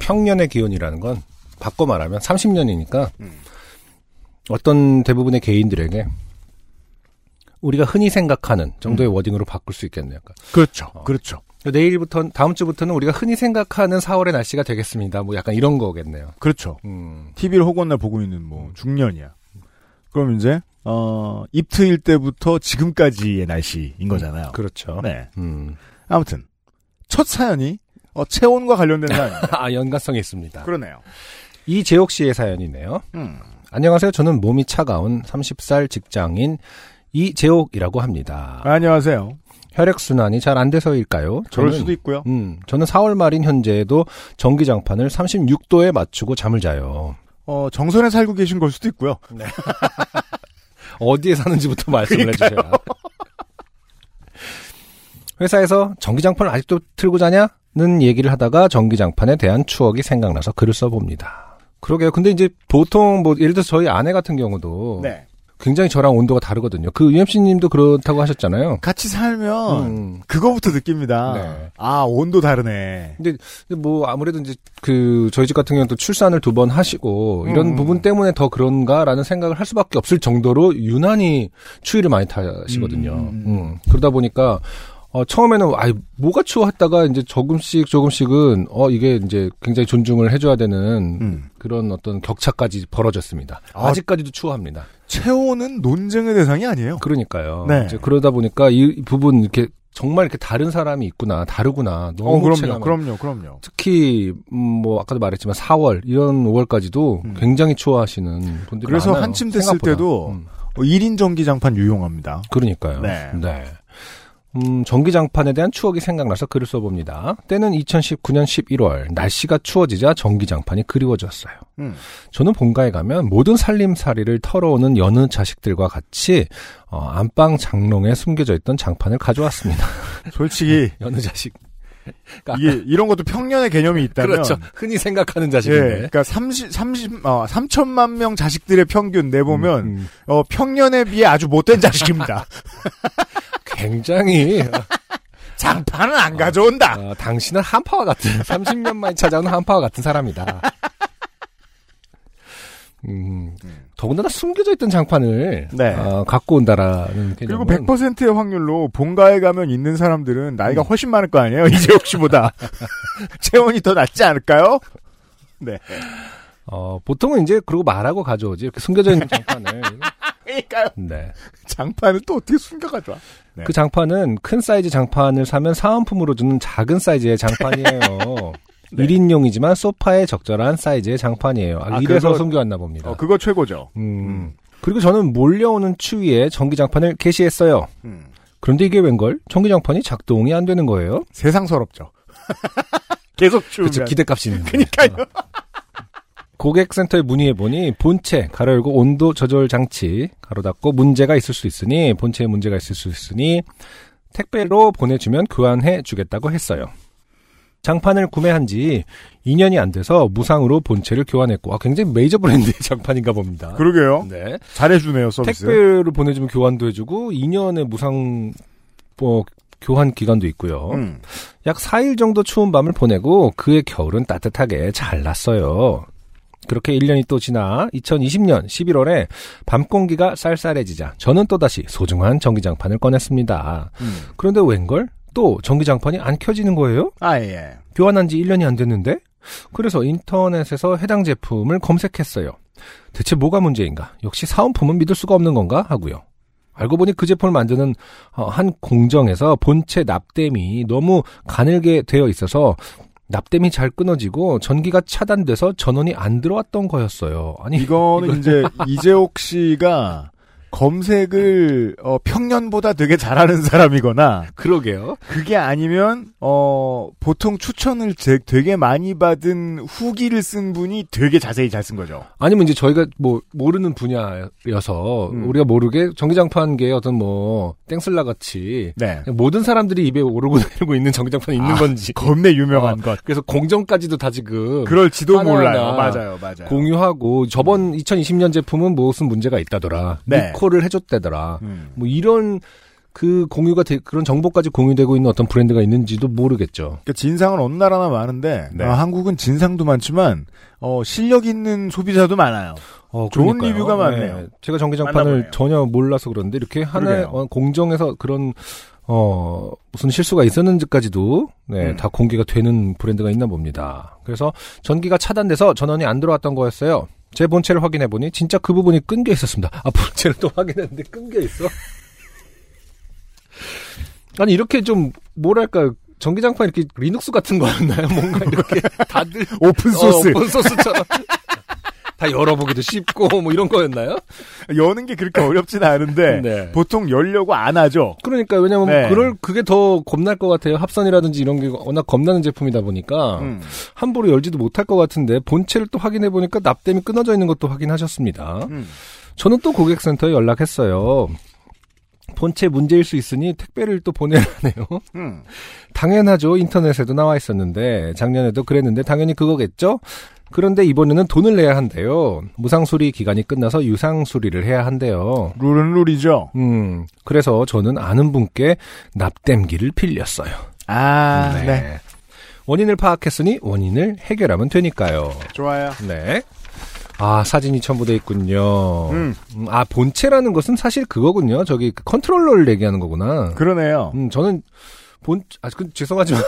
평년의 기온이라는 건 바꿔 말하면 30년이니까
음.
어떤 대부분의 개인들에게 우리가 흔히 생각하는 정도의
음.
워딩으로 바꿀 수 있겠네요. 그러니까
그렇죠. 그렇죠.
내일부터 다음 주부터는 우리가 흔히 생각하는 4월의 날씨가 되겠습니다. 뭐 약간 이런 거겠네요.
그렇죠.
음.
TV를 호건나 보고 있는 뭐 중년이야. 그럼 이제 어, 입트일 때부터 지금까지의 날씨인 거잖아요.
그렇죠.
네.
음. [LAUGHS]
아무튼 첫 사연이 어,
[LAUGHS]
체온과 관련된 사연.
아, 연관성이 있습니다.
그러네요.
이재옥 씨의 사연이네요.
음.
안녕하세요. 저는 몸이 차가운 30살 직장인 이재옥이라고 합니다.
아, 안녕하세요.
혈액순환이 잘 안 돼서일까요?
저럴
저는-
수도 있고요.
음, 저는 4월 말인 현재에도 전기장판을 36도에 맞추고 잠을 자요.
어, 정선에 살고 계신 걸 수도 있고요.
어디에 사는지부터 [LAUGHS] 말씀을 해주세요. 회사에서 전기장판을 아직도 틀고 자냐는 얘기를 하다가 전기장판에 대한 추억이 생각나서 글을 써봅니다. 그러게요. 근데 이제 보통 뭐 예를 들어서 저희 아내 같은 경우도
네. 굉장히
굉장히 저랑 온도가 다르거든요. 그 UMC 님도 그렇다고 하셨잖아요.
같이 살면
음.
그거부터 느낍니다.
네.
아 온도 다르네.
근데 뭐 아무래도 이제 그 저희 집 같은 경우는 또 출산을 두 번 하시고 이런
음.
부분 때문에 더 그런가라는 생각을 할 수밖에 없을 정도로 유난히 추위를 많이 타시거든요.
음.
음. 그러다 보니까 어 처음에는 아이 뭐가 추워 했다가 이제 조금씩 조금씩은 어 이게 이제 굉장히 존중을 해줘야 되는
음.
그런 어떤 격차까지 벌어졌습니다.
아.
아직까지도 추워합니다.
체온은 논쟁의 대상이 아니에요.
그러니까요.
네.
이제 그러다 보니까 이 부분 이렇게 정말 이렇게 다른 사람이 있구나 다르구나 너무
어 그럼요,
체감이
그럼요, 그럼요.
특히 음, 뭐 아까도 말했지만 4월 이런 5월까지도
음.
굉장히 추워하시는 분들이
그래서
많아요.
한침 됐을
생각보다.
때도
음,
어, 1인 전기장판 유용합니다.
그러니까요.
네.
음, 전기장판에 대한 추억이 생각나서 글을 써봅니다. 때는 2019년 11월 날씨가 추워지자 전기장판이 그리워졌어요.
음.
저는 본가에 가면 모든 살림살이를 털어오는 여느 자식들과 같이 어, 안방 장롱에 숨겨져 있던 장판을 가져왔습니다. [LAUGHS]
솔직히
여느 자식.
이게 이런 것도 평년의 개념이 있다면
그렇죠. 흔히 생각하는
예,
자식인데.
그러니까 30, 30, 어, 3천만 명 자식들의 평균 내보면,
음, 음.
어, 평년에 비해 아주 못된 자식입니다.
굉장히
장판은 안 가져온다!
어, 당신은 한파와 같은 [LAUGHS] 30년 만에 찾아온 한파와 같은 사람이다. 음, 더군다나 숨겨져 있던 장판을
네.
어, 갖고 온다라는
그리고
개념은
100%의 확률로 본가에 가면 있는 사람들은
음.
나이가 훨씬 많을 거 아니에요? 이제
네. [LAUGHS]
혹시보다. 체온이 더 낫지 않을까요?
[LAUGHS]
네.
어, 보통은 이제 그러고 말하고 가져오지 이렇게 숨겨져 있는 장판을
[LAUGHS] 그러니까요.
네.
장판을 또 어떻게 숨겨가져와? 네.
그 장판은 큰 사이즈 장판을 사면 사은품으로 주는 작은 사이즈의 장판이에요.
[LAUGHS] 네.
1인용이지만 소파에 적절한 사이즈의 장판이에요. 아,
아,
이래서
그거-
숨겨왔나 봅니다.
어, 그거 최고죠.
음. 그리고 저는 몰려오는 추위에 전기장판을 개시했어요.
음.
그런데 이게 웬걸? 전기장판이 작동이 안 되는 거예요?
세상서럽죠. [LAUGHS] 계속 추우면.
그쵸, 기대값이 있는
그러니까요.
[LAUGHS] 고객센터에 문의해보니 본체, 가로 열고 온도 조절 장치, 가로 닫고 문제가 있을 수 있으니, 본체에 문제가 있을 수 있으니, 택배로 보내주면 교환해 주겠다고 했어요. 장판을 구매한 지 2년이 안 돼서 무상으로 본체를 교환했고, 아, 굉장히 메이저 브랜드의 [LAUGHS] 장판인가 봅니다.
그러게요.
네.
잘해주네요, 서비스.
택배로 보내주면 교환도 해주고 2년의 무상 뭐 교환 기간도 있고요.
음.
약 4일 정도 추운 밤을 보내고 그의 겨울은 따뜻하게 잘 났어요. 그렇게 1년이 또 지나 2020년 11월에 밤 공기가 쌀쌀해지자 저는 또다시 소중한 전기장판을 꺼냈습니다.
음.
그런데 웬걸? 또 전기장판이 안 켜지는 거예요? [LAUGHS]
아, 예.
교환한 지 1년이 안 됐는데? 그래서 인터넷에서 해당 제품을 검색했어요. 대체 뭐가 문제인가? 역시 사은품은 믿을 수가 없는 건가? 하고요. 알고 보니 그 제품을 만드는 어, 한 공정에서 본체 납땜이 너무 가늘게 되어 있어서 납땜이 잘 끊어지고 전기가 차단돼서 전원이 안 들어왔던 거였어요. 아니,
이거는 이제 이재옥 씨가 검색을 어, 평년보다 되게 잘하는 사람이거나
그러게요.
그게 아니면 어, 보통 추천을 제- 되게 많이 받은 후기를 쓴 분이 되게 자세히 잘 쓴 거죠.
[LAUGHS] 아니면 이제 저희가 뭐 모르는 분야여서
음.
우리가 모르게 전기장판계 어떤 뭐 땡슬라 같이
네.
그냥 모든 사람들이 입에 오르고 [LAUGHS] 내리고 있는 전기장판이 있는
아,
건지 어,
겁내 유명한 것.
그래서 공정까지도 다 지금
그럴지도 몰라요.
하나하나
맞아요, 맞아요.
공유하고 저번 2020년 제품은 무슨 문제가 있다더라
네.
리콜을 해줬다더라
음.
뭐 이런 그 공유가 되- 그런 정보까지 공유되고 있는 어떤 브랜드가 있는지도 모르겠죠.
그러니까 진상은 어느 나라나 많은데
네.
어, 한국은 진상도 많지만 어, 실력 있는 소비자도 많아요. 좋은
어, 그러니까요.
리뷰가 많네요.
제가
만나보네요.
전기장판을 전혀 몰라서 그런데 이렇게 하나의
그러게요.
어, 공정에서 그런 어 무슨 실수가 있었는지까지도 네,
음.
다 공개가 되는 브랜드가 있나 봅니다. 그래서 전기가 차단돼서 전원이 안 들어왔던 거였어요. 제 본체를 확인해 보니 진짜 그 부분이 끊겨 있었습니다. 아 본체를 또 확인했는데 끊겨 있어. 아니 이렇게 좀 뭐랄까 전기장판 이렇게 리눅스 같은 거였나요? 뭔가 이렇게 [LAUGHS] 다들
오픈 소스
어, 오픈소스처럼. 다 열어보기도 쉽고, 뭐 이런 거였나요?
여는 게 그렇게 어렵진 않은데
[LAUGHS] 네.
보통 열려고 안 하죠.
그러니까, 왜냐면,
네.
그럴, 그게 더 겁날 것 같아요. 합선이라든지 이런 게 워낙 겁나는 제품이다 보니까,
음.
함부로 열지도 못할 것 같은데, 본체를 또 확인해보니까 납땜이 끊어져 있는 것도 확인하셨습니다.
음.
저는 또 고객센터에 연락했어요. 본체 문제일 수 있으니 택배를 또 보내라네요.
음.
당연하죠. 인터넷에도 나와 있었는데 작년에도 그랬는데 당연히 그거겠죠. 그런데 이번에는 돈을 내야 한대요. 무상 수리 기간이 끝나서 유상 수리를 해야 한대요.
룰은 룰이죠.
음, 그래서 저는 아는 분께 납땜기를 빌렸어요.
아, 네.
원인을 파악했으니 원인을 해결하면 되니까요.
좋아요.
네. 아, 사진이 첨부돼 있군요.
음,
음, 아, 본체라는 것은 사실 그거군요. 저기 그 컨트롤러를 얘기하는 거구나.
그러네요.
음, 저는 본, 아, 그, 죄송하지만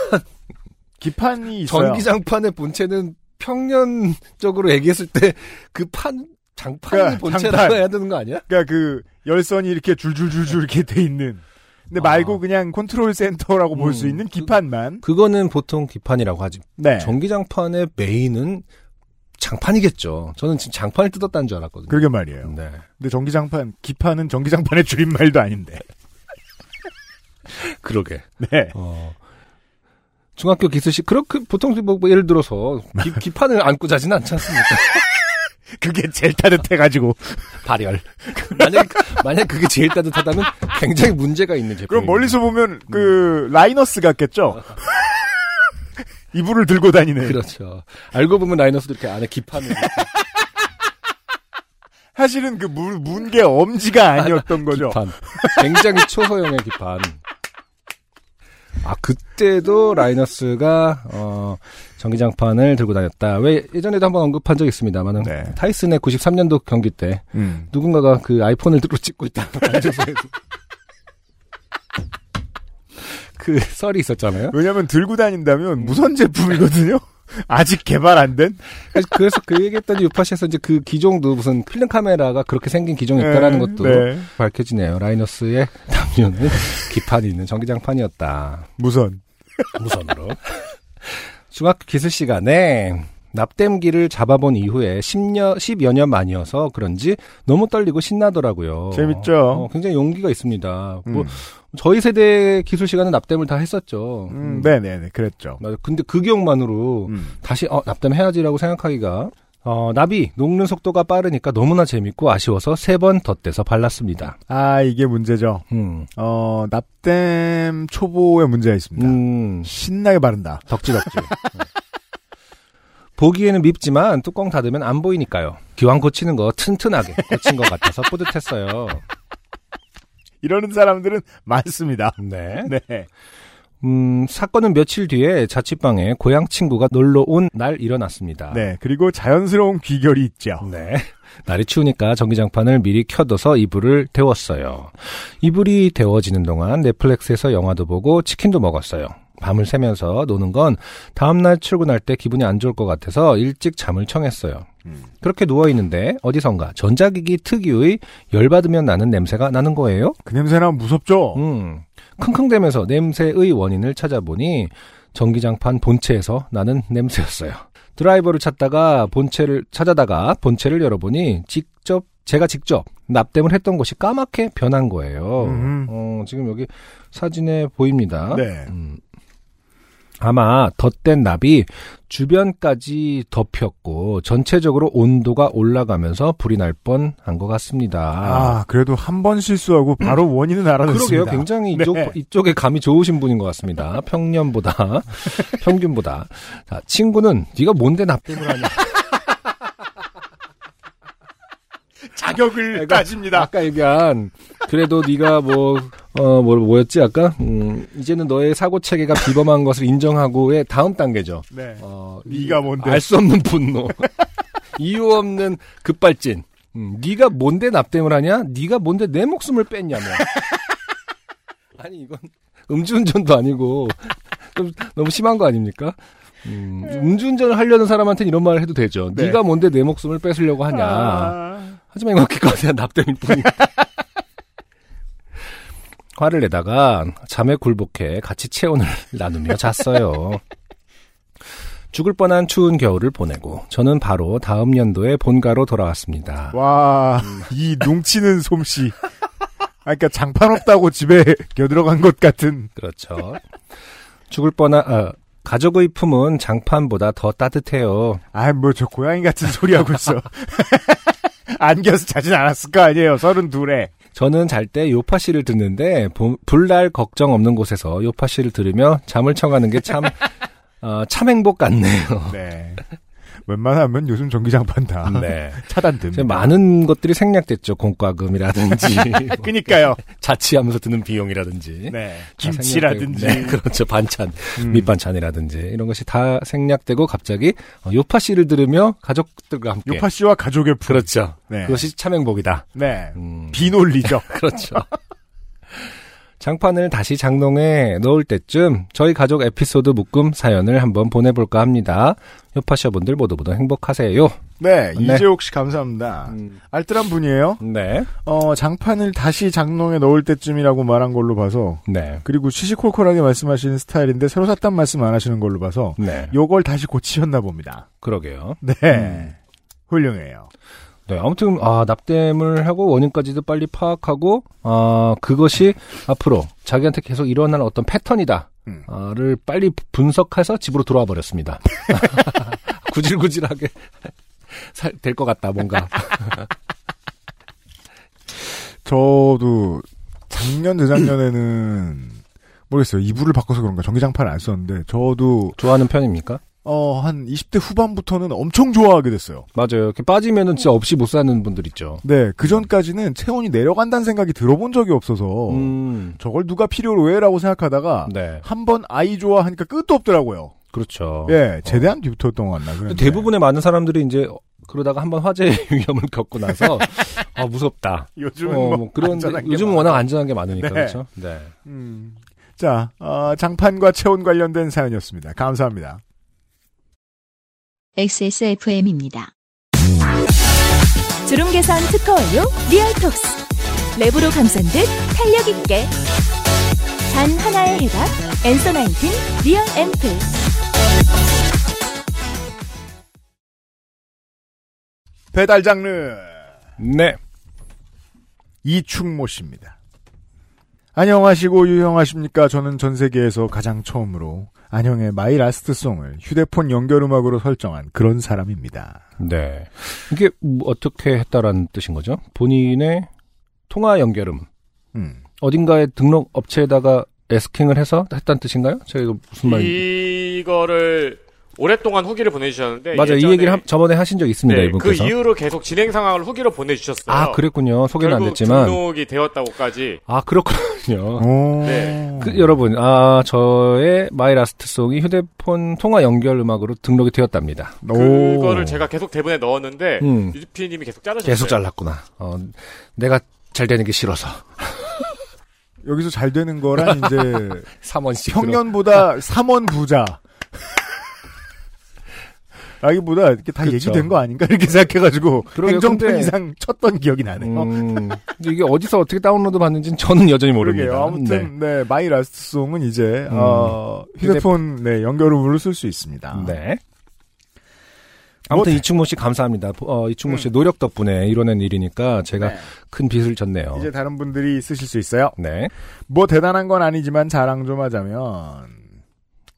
기판이 있어요.
전기장판의 본체는 평년적으로 얘기했을 때 그 판, 장판이
그러니까
본체라고
장판.
해야 되는 거 아니야?
그러니까 그 열선이 이렇게 줄줄줄줄 이렇게 돼 있는. 근데
아.
말고 그냥 컨트롤 센터라고 볼 수
음.
있는 기판만.
그거는 보통 기판이라고 하지.
네.
전기장판의 메인은 장판이겠죠. 저는 지금 장판을 뜯었다는 줄 알았거든요.
그러게 말이에요.
네.
근데 전기장판 기판은 전기장판의 줄임말도 아닌데. [LAUGHS]
그러게.
네.
어. 중학교 기술시, 그렇게, 보통, 뭐, 뭐 예를 들어서, [LAUGHS] 기, 판을 안고 자진 않지 않습니까?
그게 제일 따뜻해가지고.
[LAUGHS] 발열. 만약, 만약 그게 제일 따뜻하다면 굉장히 문제가 있는 제품.
그럼 멀리서
음.
보면 그 라이너스 같겠죠. [LAUGHS] 이불을 들고 다니는.
그렇죠. 알고 보면 라이너스도 이렇게 안에 기판을. [LAUGHS]
사실은 그 물, 문게 엄지가 아니었던 거죠.
기판. 굉장히 초소형의 기판. 아, 그때도 라이너스가, 어, 전기장판을 들고 다녔다. 왜, 예전에도 한번 언급한 적이 있습니다만은,
네.
타이슨의 93년도 경기 때,
음.
누군가가 그 아이폰을 들고 찍고 있다. 앉아서 [LAUGHS] 해서. 그 썰이 있었잖아요.
왜냐면 들고 다닌다면 무선 제품이거든요. [LAUGHS] 아직 개발 안 된?
그래서- 그래서 그 얘기했더니 유파시에서 이제 그 기종도 무슨 필름 카메라가 그렇게 생긴 기종이 있다라는
네,
것도
네.
밝혀지네요. 라이너스의 [LAUGHS] 담요는 기판이 있는 전기장판이었다.
무선.
무선으로. 중학교 기술 시간에 납땜기를 잡아본 이후에 10년, 10여 년 만이어서 그런지 너무 떨리고 신나더라고요.
재밌죠?
어, 굉장히 용기가 있습니다. 뭐,
음.
저희 세대 기술 시간은 납땜을 다 했었죠.
음, 네네네, 그랬죠.
맞아. 근데 그 기억만으로
음.
다시 어, 납땜해야지라고 생각하기가 어, 납이 녹는 속도가 빠르니까 너무나 재밌고 아쉬워서 세 번 덧대서 발랐습니다.
아, 이게 문제죠.
음,
어, 납땜 초보의 문제가 있습니다.
음
신나게 바른다.
덕지덕지. 어. 보기에는 밉지만 뚜껑 닫으면 안 보이니까요. 기왕 고치는 거 튼튼하게 고친 것 같아서 뿌듯했어요.
이러는 사람들은 많습니다.
[LAUGHS] 네.
네.
음, 사건은 며칠 뒤에 자취방에 고향 친구가 놀러 온 날 일어났습니다.
네. 그리고 자연스러운 귀결이 있죠.
아. 네. 날이 추우니까 전기장판을 미리 켜둬서 이불을 데웠어요. 이불이 데워지는 동안 넷플릭스에서 영화도 보고 치킨도 먹었어요. 밤을 새면서 노는 건 다음날 출근할 때 기분이 안 좋을 것 같아서 일찍 잠을 청했어요. 그렇게 누워있는데 어디선가 전자기기 특유의 열받으면 나는 냄새가 나는 거예요?
그 냄새나면 무섭죠?
음. 킁킁대면서 냄새의 원인을 찾아보니 전기장판 본체에서 나는 냄새였어요. 드라이버를 찾다가 본체를 찾아다가 본체를 열어보니 직접 제가 직접 납땜을 했던 것이 까맣게 변한 거예요.
음.
어, 지금 여기 사진에 보입니다.
네.
음. 아마 덧댄 납이 주변까지 덮였고 전체적으로 온도가 올라가면서 불이 날 뻔 한 것 같습니다.
아, 그래도 한 번 실수하고 바로 원인은 알아냈습니다.
음. 그러게요. 굉장히
네.
이쪽, 이쪽에 감이 좋으신 분인 것 같습니다. 평년보다, [LAUGHS] 평균보다. 자, 친구는 네가 뭔데 납땜을 하냐.
[LAUGHS] 자격을
그러니까
따집니다.
아까 얘기한 그래도 네가 뭐 어, 뭐, 뭐였지 아까? 음, 이제는 너의 사고 체계가 비범한 것을 인정하고의 다음 단계죠.
네.
어,
네가 뭔데?
알 수 없는 분노. [LAUGHS] 이유 없는 급발진. 음, 네가 뭔데 납땜을 하냐? 네가 뭔데 내 목숨을 뺐냐며. [LAUGHS] 아니 이건 음주운전도 아니고 좀 너무 심한 거 아닙니까? 음, 음주운전을 하려는 사람한테는 이런 말을 해도 되죠.
네.
네. 가 뭔데 내 목숨을 뺏으려고 하냐.
아.
하지만 이건 기껏해야 납땜일 뿐이다. [LAUGHS] 화를 내다가 잠에 굴복해 같이 체온을 [LAUGHS] 나누며 잤어요. 죽을 뻔한 추운 겨울을 보내고 저는 바로 다음 연도에 본가로 돌아왔습니다.
와,
음.
이 농치는 솜씨. 아, 그러니까 장판 없다고 집에 [LAUGHS] 겨들어간 것 같은.
그렇죠. 죽을 뻔한 아, 가족의 품은 장판보다 더 따뜻해요.
아, 뭐 저 고양이 같은 소리 하고 있어. [LAUGHS] 안겨서 자진 않았을 거 아니에요. 서른 둘에.
저는 잘 때 요파 씨를 듣는데 보- 불날 걱정 없는 곳에서 요파 씨를 들으며 잠을 청하는 게 [LAUGHS] 참 어, 참 행복 같네요. [LAUGHS]
네. 웬만하면 요즘 전기장판 다
네.
차단됩니다.
이제 많은 것들이 생략됐죠.
[LAUGHS]
공과금이라든지 뭐
그니까요.
자취하면서 드는 비용이라든지
네.
다
김치라든지.
생략되고, 아, 네, 그렇죠. 반찬,
음.
밑반찬이라든지 이런 것이 다 생략되고 갑자기 어, 요파 씨를 들으며 가족들과 함께
[LAUGHS] 요파 씨와 가족의 부...
그렇죠.
네.
그것이 참 행복이다.
네.
음,
비논리죠. [LAUGHS]
그렇죠. 장판을 다시 장롱에 넣을 때쯤 저희 가족 에피소드 묶음 사연을 한번 보내볼까 합니다. 요파셔분들 모두 모두 행복하세요.
네.
네. 음.
이재옥 씨 감사합니다. 알뜰한 분이에요.
네,
어, 장판을 다시 장롱에 넣을 때쯤이라고 말한 걸로 봐서
네,
그리고 시시콜콜하게 말씀하시는 스타일인데 새로 샀단 말씀 안 하시는 걸로 봐서
네.
요걸 다시 고치셨나 봅니다.
그러게요. 음.
네. 훌륭해요.
네, 아무튼 아, 납땜을 하고 원인까지도 빨리 파악하고 아, 그것이 [LAUGHS] 앞으로 자기한테 계속 일어날 어떤 패턴이다. 아,
음.
를 빨리 분석해서 집으로 돌아와
[LAUGHS]
버렸습니다. 구질구질하게 [LAUGHS] 될 것 같다 뭔가.
저도 작년 재작년에는 [CLEARS THROAT] 모르겠어요. 이불을 바꿔서 그런가 전기장판을 안 썼는데 저도
좋아하는 편입니까?
어 한 20대 후반부터는 엄청 좋아하게 됐어요.
맞아요. 이렇게 빠지면은 진짜 없이 못 사는 분들 있죠.
네, 그 전까지는 체온이 내려간다는 생각이 들어본 적이 없어서
음,
저걸 누가 필요로 해라고 생각하다가
네,
한 번 아이 좋아하니까 끝도 없더라고요.
그렇죠.
예, 제대한 뒤부터였던 것 같나.
근데
그런데.
대부분의 많은 사람들이 이제 그러다가 한번 화재의 [LAUGHS] 위험을 겪고
[LAUGHS]
나서 아 무섭다.
[LAUGHS] 요즘은
어,
뭐,
뭐 그런
안전한 게
요즘은
많아.
워낙 안전한 게 많으니까
네.
그렇죠. 네.
음. 자, 어, 장판과 체온 관련된 사연이었습니다. 감사합니다.
XSFM입니다.
주름 개선 특허 완료 리얼톡스 랩으로 감싼 듯 탄력 있게 단 하나의 해답 엔서 나인틴 리얼 앰플
배달 장르
네.
이충모 씨입니다. 안녕하시고 유형하십니까? 저는 전 세계에서 가장 처음으로 안형의 마이 라스트 송을 휴대폰 연결 음악으로 설정한 그런 사람입니다.
네. 이게 뭐 어떻게 했다라는 뜻인 거죠? 본인의 통화 연결음
음.
어딘가의 등록 업체에다가 에스킹을 해서 했다는 뜻인가요? 제가 이거 무슨 말?
이거를 오랫동안 후기를 보내주셨는데
맞아요. 이
예전에-
얘기를 한- 저번에 하신 적 있습니다.
네, 그
이분께서.
이후로 계속 진행 상황을 후기로 보내주셨어요.
아 그랬군요. 소개는 안
결국
됐지만.
등록이 되었다고까지
아 그렇군요.
오.
네.
그, 여러분, 아, 저의 마이 라스트 송이 휴대폰 통화 연결 음악으로 등록이 되었답니다.
오.
그거를 제가 계속 대본에 넣었는데
음.
유지피님이 계속 자르셨어요.
계속 잘랐구나. 어, 내가 잘 되는 게 싫어서.
여기서 잘 되는
[LAUGHS]
거란 이제
3원씩.
평년보다
[LAUGHS]
3원 부자. 라기보다 이렇게 다
그쵸.
얘기된 거 아닌가 이렇게 생각해가지고
그러게요.
행정편
근데-
이상 쳤던 기억이 나네요.
음, [LAUGHS] 근데 이게 어디서 어떻게 다운로드 받는지는 저는 여전히 모릅니다.
그러게요. 아무튼 네. 마이 라스트 송은 이제 네,
음.
어, 휴대폰 네, 연결음으로 쓸 수 있습니다.
네. 네. 아. 아무튼
뭐-
이충모 씨 감사합니다. 어, 이충모
음.
씨의 노력 덕분에 이뤄낸 일이니까 제가
네.
큰 빚을 졌네요.
이제 다른 분들이 쓰실 수 있어요.
네.
뭐 대단한 건 아니지만 자랑 좀 하자면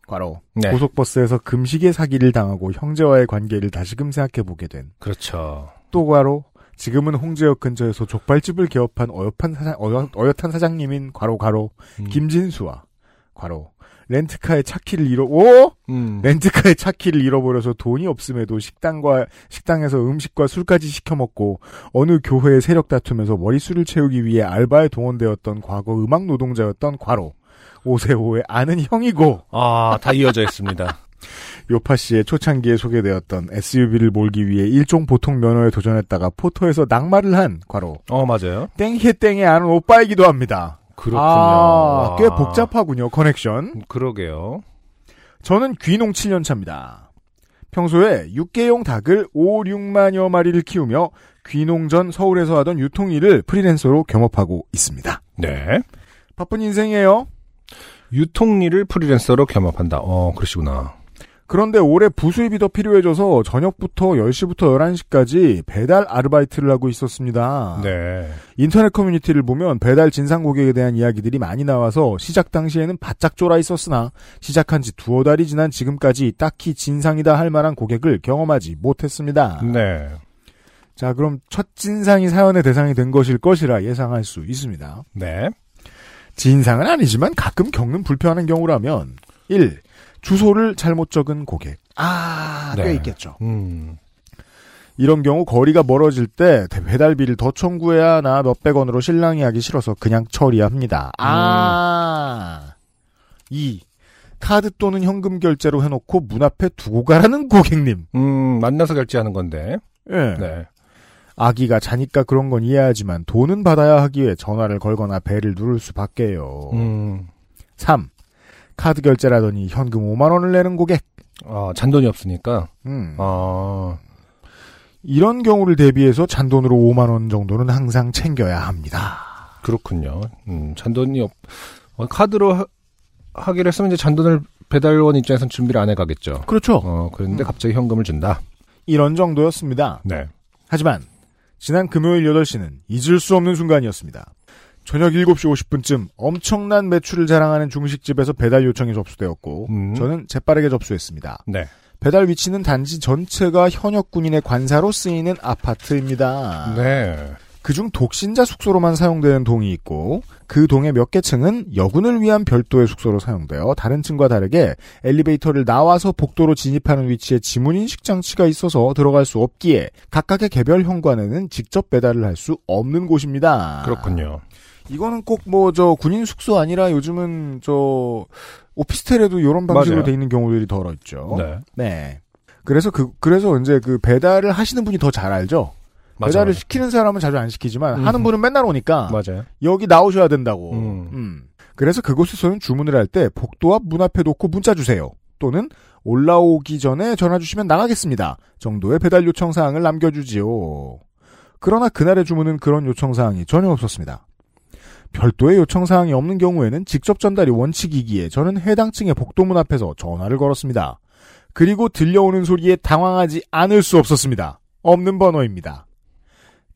과로
네.
고속버스에서 금식의 사기를 당하고 형제와의 관계를 다시금 생각해보게 된 또
그렇죠.
과로 지금은 홍제역 근처에서 족발집을 개업한 어엿한, 사장, 님인 과로 과로
음.
김진수와 과로 렌트카의 차키를 잃어 오
음.
렌트카의 차키를 잃어버려서 돈이 없음에도 식당과 식당에서 음식과 술까지 시켜 먹고 어느 교회에 세력 다투면서 머리수를 채우기 위해 알바에 동원되었던 과거 음악 노동자였던 과로 오세호의 아는 형이고
아, 다 이어져 있습니다.
요파 씨의 초창기에 소개되었던 SUV를 몰기 위해 일종 보통 면허에 도전했다가 포토에서 낙마를 한 과로
어, 맞아요.
땡해 땡해 아는 오빠이기도 합니다.
그렇군요.
아, 꽤
와.
복잡하군요 커넥션.
그러게요.
저는 귀농 7년 차입니다. 평소에 6개용 닭을 5, 6만여 마리를 키우며 귀농 전 서울에서 하던 유통 일을 프리랜서로 겸업하고 있습니다.
네.
바쁜 인생이에요.
유통리를 프리랜서로 겸업한다. 어, 그러시구나.
그런데 올해 부수입이 더 필요해져서 저녁부터 10시부터 11시까지 배달 아르바이트를 하고 있었습니다.
네.
인터넷 커뮤니티를 보면 배달 진상 고객에 대한 이야기들이 많이 나와서 시작 당시에는 바짝 쫄아 있었으나 시작한 지 두어 달이 지난 지금까지 딱히 진상이다 할 만한 고객을 경험하지 못했습니다.
네.
자, 그럼 첫 진상이 사연의 대상이 된 것일 것이라 예상할 수 있습니다.
네.
진상은 아니지만 가끔 겪는 불편한 경우라면 1. 주소를 잘못 적은 고객. 아, 꽤
네.
있겠죠.
음.
이런 경우 거리가 멀어질 때 배달비를 더 청구해야 하나 몇백 원으로 실랑이 하기 싫어서 그냥 처리합니다. 아. 2. 카드 또는 현금 결제로 해놓고 문 앞에 두고 가라는 고객님.
음, 만나서 결제하는 건데.
예.
네.
아기가 자니까 그런 건 이해하지만 돈은 받아야 하기에 전화를 걸거나 배를 누를 수밖에요.
음.
3. 카드 결제라더니 현금 5만 원을 내는 고객.
아, 잔돈이 없으니까.
음.
아,
이런 경우를 대비해서 잔돈으로 5만 원 정도는 항상 챙겨야 합니다.
그렇군요. 음, 잔돈이 없, 어, 카드로 하, 하기로 했으면 이제 잔돈을 배달원 입장에선 준비를 안 해가겠죠.
그렇죠.
어, 그런데 갑자기 현금을 준다.
이런 정도였습니다.
네.
하지만 지난 금요일 8시는 잊을 수 없는 순간이었습니다. 저녁 7시 50분쯤 엄청난 매출을 자랑하는 중식집에서 배달 요청이 접수되었고
음.
저는 재빠르게 접수했습니다.
네.
배달 위치는 단지 전체가 현역 군인의 관사로 쓰이는 아파트입니다.
네.
그중 독신자 숙소로만 사용되는 동이 있고 그 동의 몇 개 층은 여군을 위한 별도의 숙소로 사용되어 다른 층과 다르게 엘리베이터를 나와서 복도로 진입하는 위치에 지문 인식 장치가 있어서 들어갈 수 없기에 각각의 개별 현관에는 직접 배달을 할 수 없는
아.
곳입니다.
그렇군요.
이거는 꼭 뭐 저 군인 숙소 아니라 요즘은 저 오피스텔에도 이런 방식으로
맞아요.
돼 있는 경우들이 덜어 있죠.
네.
네. 그래서 그 그래서 이제 그 배달을 하시는 분이 더 잘 알죠.
맞아요.
배달을 시키는 사람은 자주 안 시키지만
음.
하는 분은 맨날 오니까
맞아요.
여기 나오셔야 된다고.
음.
음. 그래서 그곳에서는 주문을 할 때 복도 앞 문 앞에 놓고 문자 주세요. 또는 올라오기 전에 전화 주시면 나가겠습니다. 정도의 배달 요청 사항을 남겨주지요. 그러나 그날의 주문은 그런 요청 사항이 전혀 없었습니다. 별도의 요청 사항이 없는 경우에는 직접 전달이 원칙이기에 저는 해당 층의 복도 문 앞에서 전화를 걸었습니다. 그리고 들려오는 소리에 당황하지 않을 수 없었습니다. 없는 번호입니다.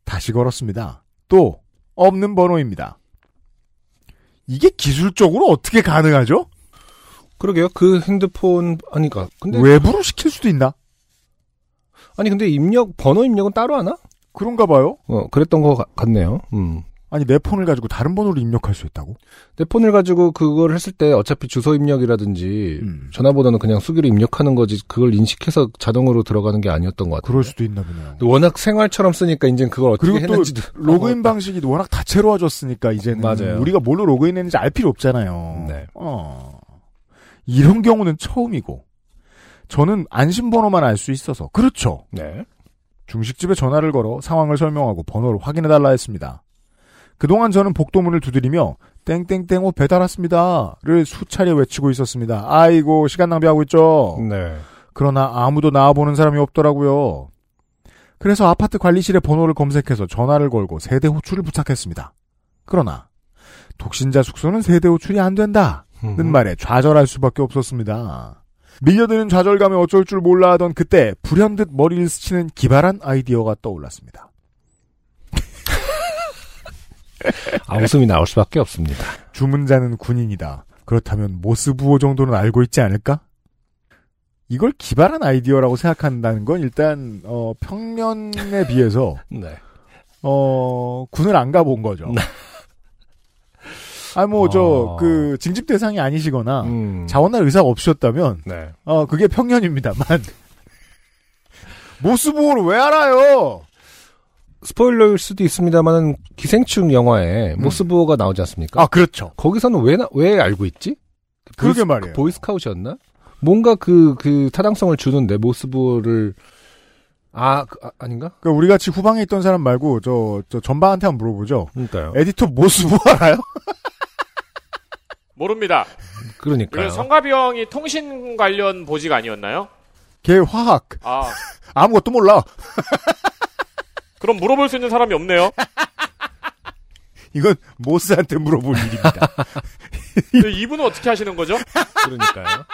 다시 걸었습니다. 또 없는 번호입니다. 이게 기술적으로 어떻게 가능하죠?
그러게요. 그 핸드폰 아니까 그, 근데
외부로 시킬 수도 있나?
아니 근데 입력 번호 입력은 따로 하나?
그런가 봐요.
어 그랬던 것 같- 같네요. 음.
아니 내 폰을 가지고 다른 번호로 입력할 수 있다고?
내 폰을 가지고 그걸 했을 때 어차피 주소 입력이라든지
음.
전화번호는 그냥 수기로 입력하는 거지 그걸 인식해서 자동으로 들어가는 게 아니었던 것 같아요.
그럴 수도 있나 보네요.
근데 워낙 생활처럼 쓰니까 이제 그걸 어떻게
그리고 또
했는지도 [LAUGHS]
로그인 방식이 워낙 다채로워졌으니까 이제는
맞아요.
우리가 뭘로 로그인했는지 알 필요 없잖아요.
네.
어. 이런 경우는 처음이고 저는 안심 번호만 알 수 있어서 그렇죠.
네.
중식집에 전화를 걸어 상황을 설명하고 번호를 확인해달라 했습니다. 그동안 저는 복도문을 두드리며 땡땡땡호 배달 왔습니다를 수차례 외치고 있었습니다. 아이고 시간 낭비하고 있죠.
네.
그러나 아무도 나와보는 사람이 없더라고요. 그래서 아파트 관리실의 번호를 검색해서 전화를 걸고 세대 호출을 부탁했습니다. 그러나
음.
독신자 숙소는 세대 호출이 안 된다. 는 말에 좌절할 수밖에 없었습니다. 밀려드는 좌절감에 어쩔 줄 몰라 하던 그때 불현듯 머리를 스치는 기발한 아이디어가 떠올랐습니다.
아, 웃음이 나올 수밖에 없습니다.
주문자는 군인이다. 그렇다면 모스부호 정도는 알고 있지 않을까? 이걸 기발한 아이디어라고 생각한다는 건 일단 어,
[LAUGHS]
평년에 비해서
네.
어, 군을 안 가본 거죠. 아, 뭐, 저,
어.
그, 징집 대상이 아니시거나,
음.
자원할 의사가 없으셨다면,
네.
어, 그게 평년입니다만. [LAUGHS] 모스부호를 왜 알아요?
스포일러일 수도 있습니다만은 기생충 영화에
음.
모스부호가 나오지 않습니까?
아, 그렇죠.
거기서는 왜, 나- 왜 알고 있지?
그러게
보이스-
말이에요.
보이스카우트였나? 뭔가 그, 그 타당성을 주는데, 모스부호를. 아, 그, 아, 아닌가?
그러니까 우리 같이 후방에 있던 사람 말고, 저, 저 전방한테 한번 물어보죠.
그러니까요.
에디터 모스부호 [LAUGHS] 알아요?
모릅니다.
그러니까요.
그리고 성가비 형이 통신 관련 보직 아니었나요?
걔 화학.
아
아무것도 몰라.
그럼 물어볼 수 있는 사람이
[LAUGHS]
없네요.
이건 모스한테 물어볼 일입니다.
근데 이분은 어떻게 하시는 거죠?
그러니까요.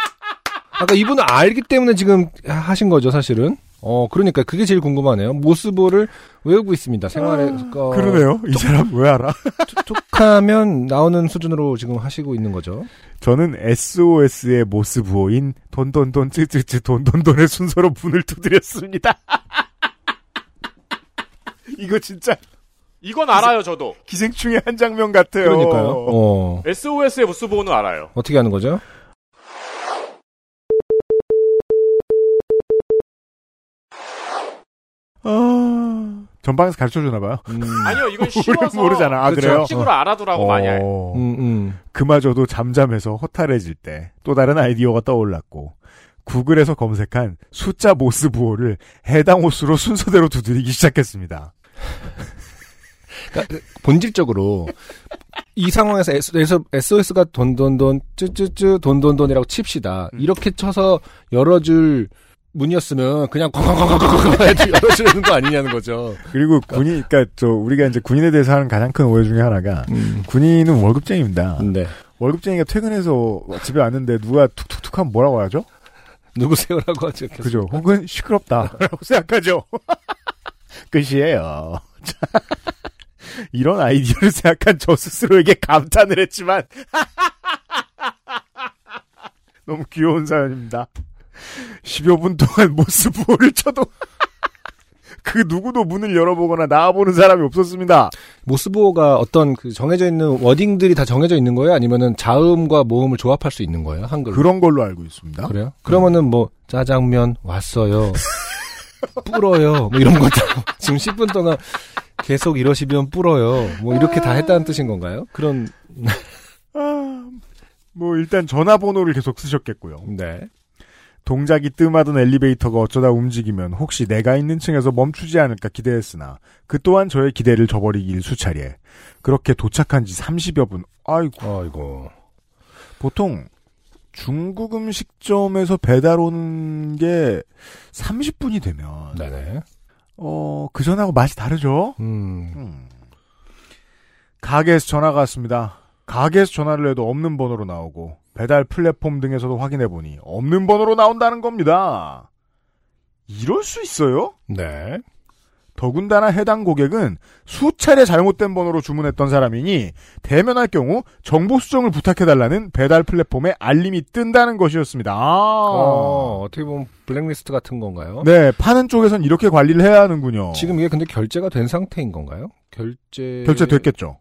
아까 이분은 알기 때문에 지금 하신 거죠, 사실은. 어, 그러니까 그게 제일 궁금하네요. 모스보를 외우고 있습니다. 생활에 어,
아, 그러네요. 이 사람 왜 알아?
툭하면 나오는 수준으로 지금 하시고 있는 거죠.
저는 SOS의 모스부호인 돈돈돈 쯔쯔쯔 돈돈돈의 순서로 문을 두드렸습니다. [LAUGHS] 이거 진짜
이건 알아요 저도.
기생충의 한 장면 같아요.
그러니까요. 어,
SOS의 무스보는 알아요.
어떻게 하는 거죠?
아, 전방에서 가르쳐주나 봐요.
음,
아니요
[LAUGHS]
이건
우리는
쉬워서
모르잖아. 아,
그렇죠.
그래요?
식으로 알아두라고
어.
많이 알.
음, 음.
그마저도 잠잠해서 허탈해질 때 또 다른 아이디어가 떠올랐고 구글에서 검색한 숫자 모스 부호를 해당 호수로 순서대로 두드리기 시작했습니다.
본질적으로 이 상황에서 SOS가 돈돈돈 쯔쯔쯔 돈돈돈이라고 칩시다. 이렇게 쳐서 열어줄 문이었으면 그냥 쾅쾅쾅쾅쾅쾅 해도 [LAUGHS] 열어주는 거 아니냐는 거죠.
그리고 군인, 그러니까 저 우리가 이제 군인에 대해서 하는 가장 큰 오해 중에 하나가 군인은 월급쟁이입니다.
네.
월급쟁이가 퇴근해서 집에 왔는데 누가 툭툭툭 하면 뭐라고 하죠?
누구세요라고 하죠. 계속.
그죠? 혹은 [LAUGHS] 시끄럽다라고 생각하죠. 끝이에요. 자, [LAUGHS] 이런 아이디어를 생각한 저 스스로에게 감탄을 했지만 [LAUGHS] 너무 귀여운 사연입니다. 10여 분 동안 모스부호를 쳐도 [LAUGHS] 그 누구도 문을 열어보거나 나와보는 사람이 없었습니다.
모스보가 어떤 그 정해져 있는 워딩들이 다 정해져 있는 거예요? 아니면은 자음과 모음을 조합할 수 있는 거예요? 한글로?
그런 걸로 알고 있습니다.
어? 그래요? 그러면은 뭐 짜장면
[LAUGHS]
왔어요. 불어요. 뭐 이런 것도 지금 10분 동안 계속 이러시면 불어요. 뭐 이렇게 다 했다는 뜻인 건가요? 그런
아, 뭐 일단 전화번호를 계속 쓰셨겠고요.
네.
동작이 뜸하던 엘리베이터가 어쩌다 움직이면 혹시 내가 있는 층에서 멈추지 않을까 기대했으나 그 또한 저의 기대를 저버리기 일수차례. 그렇게 도착한 지 30여 분. 아이고.
아이고.
보통 중국 음식점에서 배달 오는 게 30분이 되면
네네.
어, 그 전하고 맛이 다르죠?
음.
음. 가게에서 전화가 왔습니다. 가게에서 전화를 해도 없는 번호로 나오고 배달 플랫폼 등에서도 확인해 보니 없는 번호로 나온다는 겁니다. 이럴 수 있어요?
네.
더군다나 해당 고객은 수차례 잘못된 번호로 주문했던 사람이니 대면할 경우 정보 수정을 부탁해달라는 배달 플랫폼에 알림이 뜬다는 것이었습니다. 아.
어, 어떻게 보면 블랙리스트 같은 건가요? 어.
네, 파는 쪽에선 이렇게 관리를 해야 하는군요.
지금 이게 근데 결제가 된 상태인 건가요? 결제
결제됐겠죠.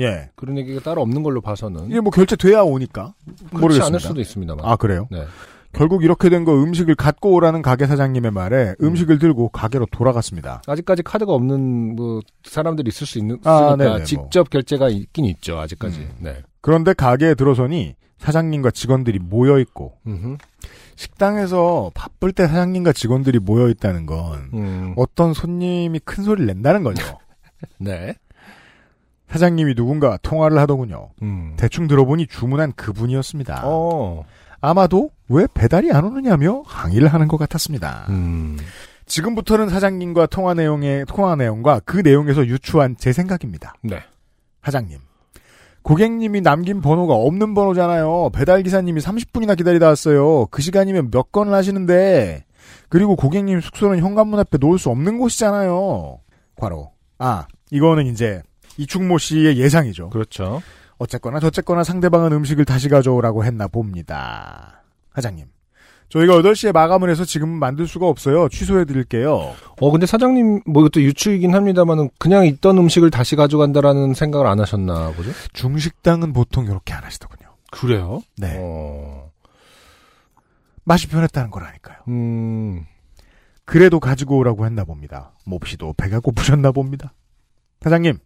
예.
그런 얘기가 따로 없는 걸로 봐서는
이게 뭐 결제돼야 오니까.
그렇지
모르겠습니다.
않을 수도 있습니다만.
아, 그래요?
네.
결국 이렇게 된 거 음식을 갖고 오라는 가게 사장님의 말에 음식을 들고 가게로 돌아갔습니다.
아직까지 카드가 없는 뭐 사람들이 있을 수 있는
아,
으니까
네네, 뭐. 음.
직접 결제가 있긴 있죠 아직까지. 네.
그런데 가게에 들어서니 사장님과 직원들이 모여 있고
음흠.
식당에서 바쁠 때 사장님과 직원들이 모여 있다는 건
음.
어떤 손님이 큰 소리를
[LAUGHS]
낸다는 거죠.
네.
사장님이 누군가 통화를 하더군요.
음.
대충 들어보니 주문한 그분이었습니다.
어.
아마도 왜 배달이 안 오느냐며 항의를 하는 것 같았습니다.
음.
지금부터는 사장님과 통화 내용의 통화 내용과 그 내용에서 유추한 제 생각입니다.
네.
사장님. 고객님이 남긴 번호가 없는 번호잖아요. 배달 기사님이 30분이나 기다리다 왔어요. 그 시간이면 몇 건을 하시는데 그리고 고객님 숙소는 현관문 앞에 놓을 수 없는 곳이잖아요. 과로. 아 이거는 이제 이충모 씨의 예상이죠.
그렇죠.
어쨌거나 저쨌거나 상대방은 음식을 다시 가져오라고 했나 봅니다. 사장님. 저희가 8시에 마감을 해서 지금 만들 수가 없어요. 취소해드릴게요.
어, 근데 사장님, 뭐 이것도 유추이긴 합니다만은 그냥 있던 음식을 다시 가져간다라는 생각을 안 하셨나 보죠?
중식당은 보통 이렇게 안 하시더군요.
그래요?
네.
어,
맛이 변했다는 거라니까요.
음,
그래도 가지고 오라고 했나 봅니다. 몹시도 배가 고프셨나 봅니다. 사장님.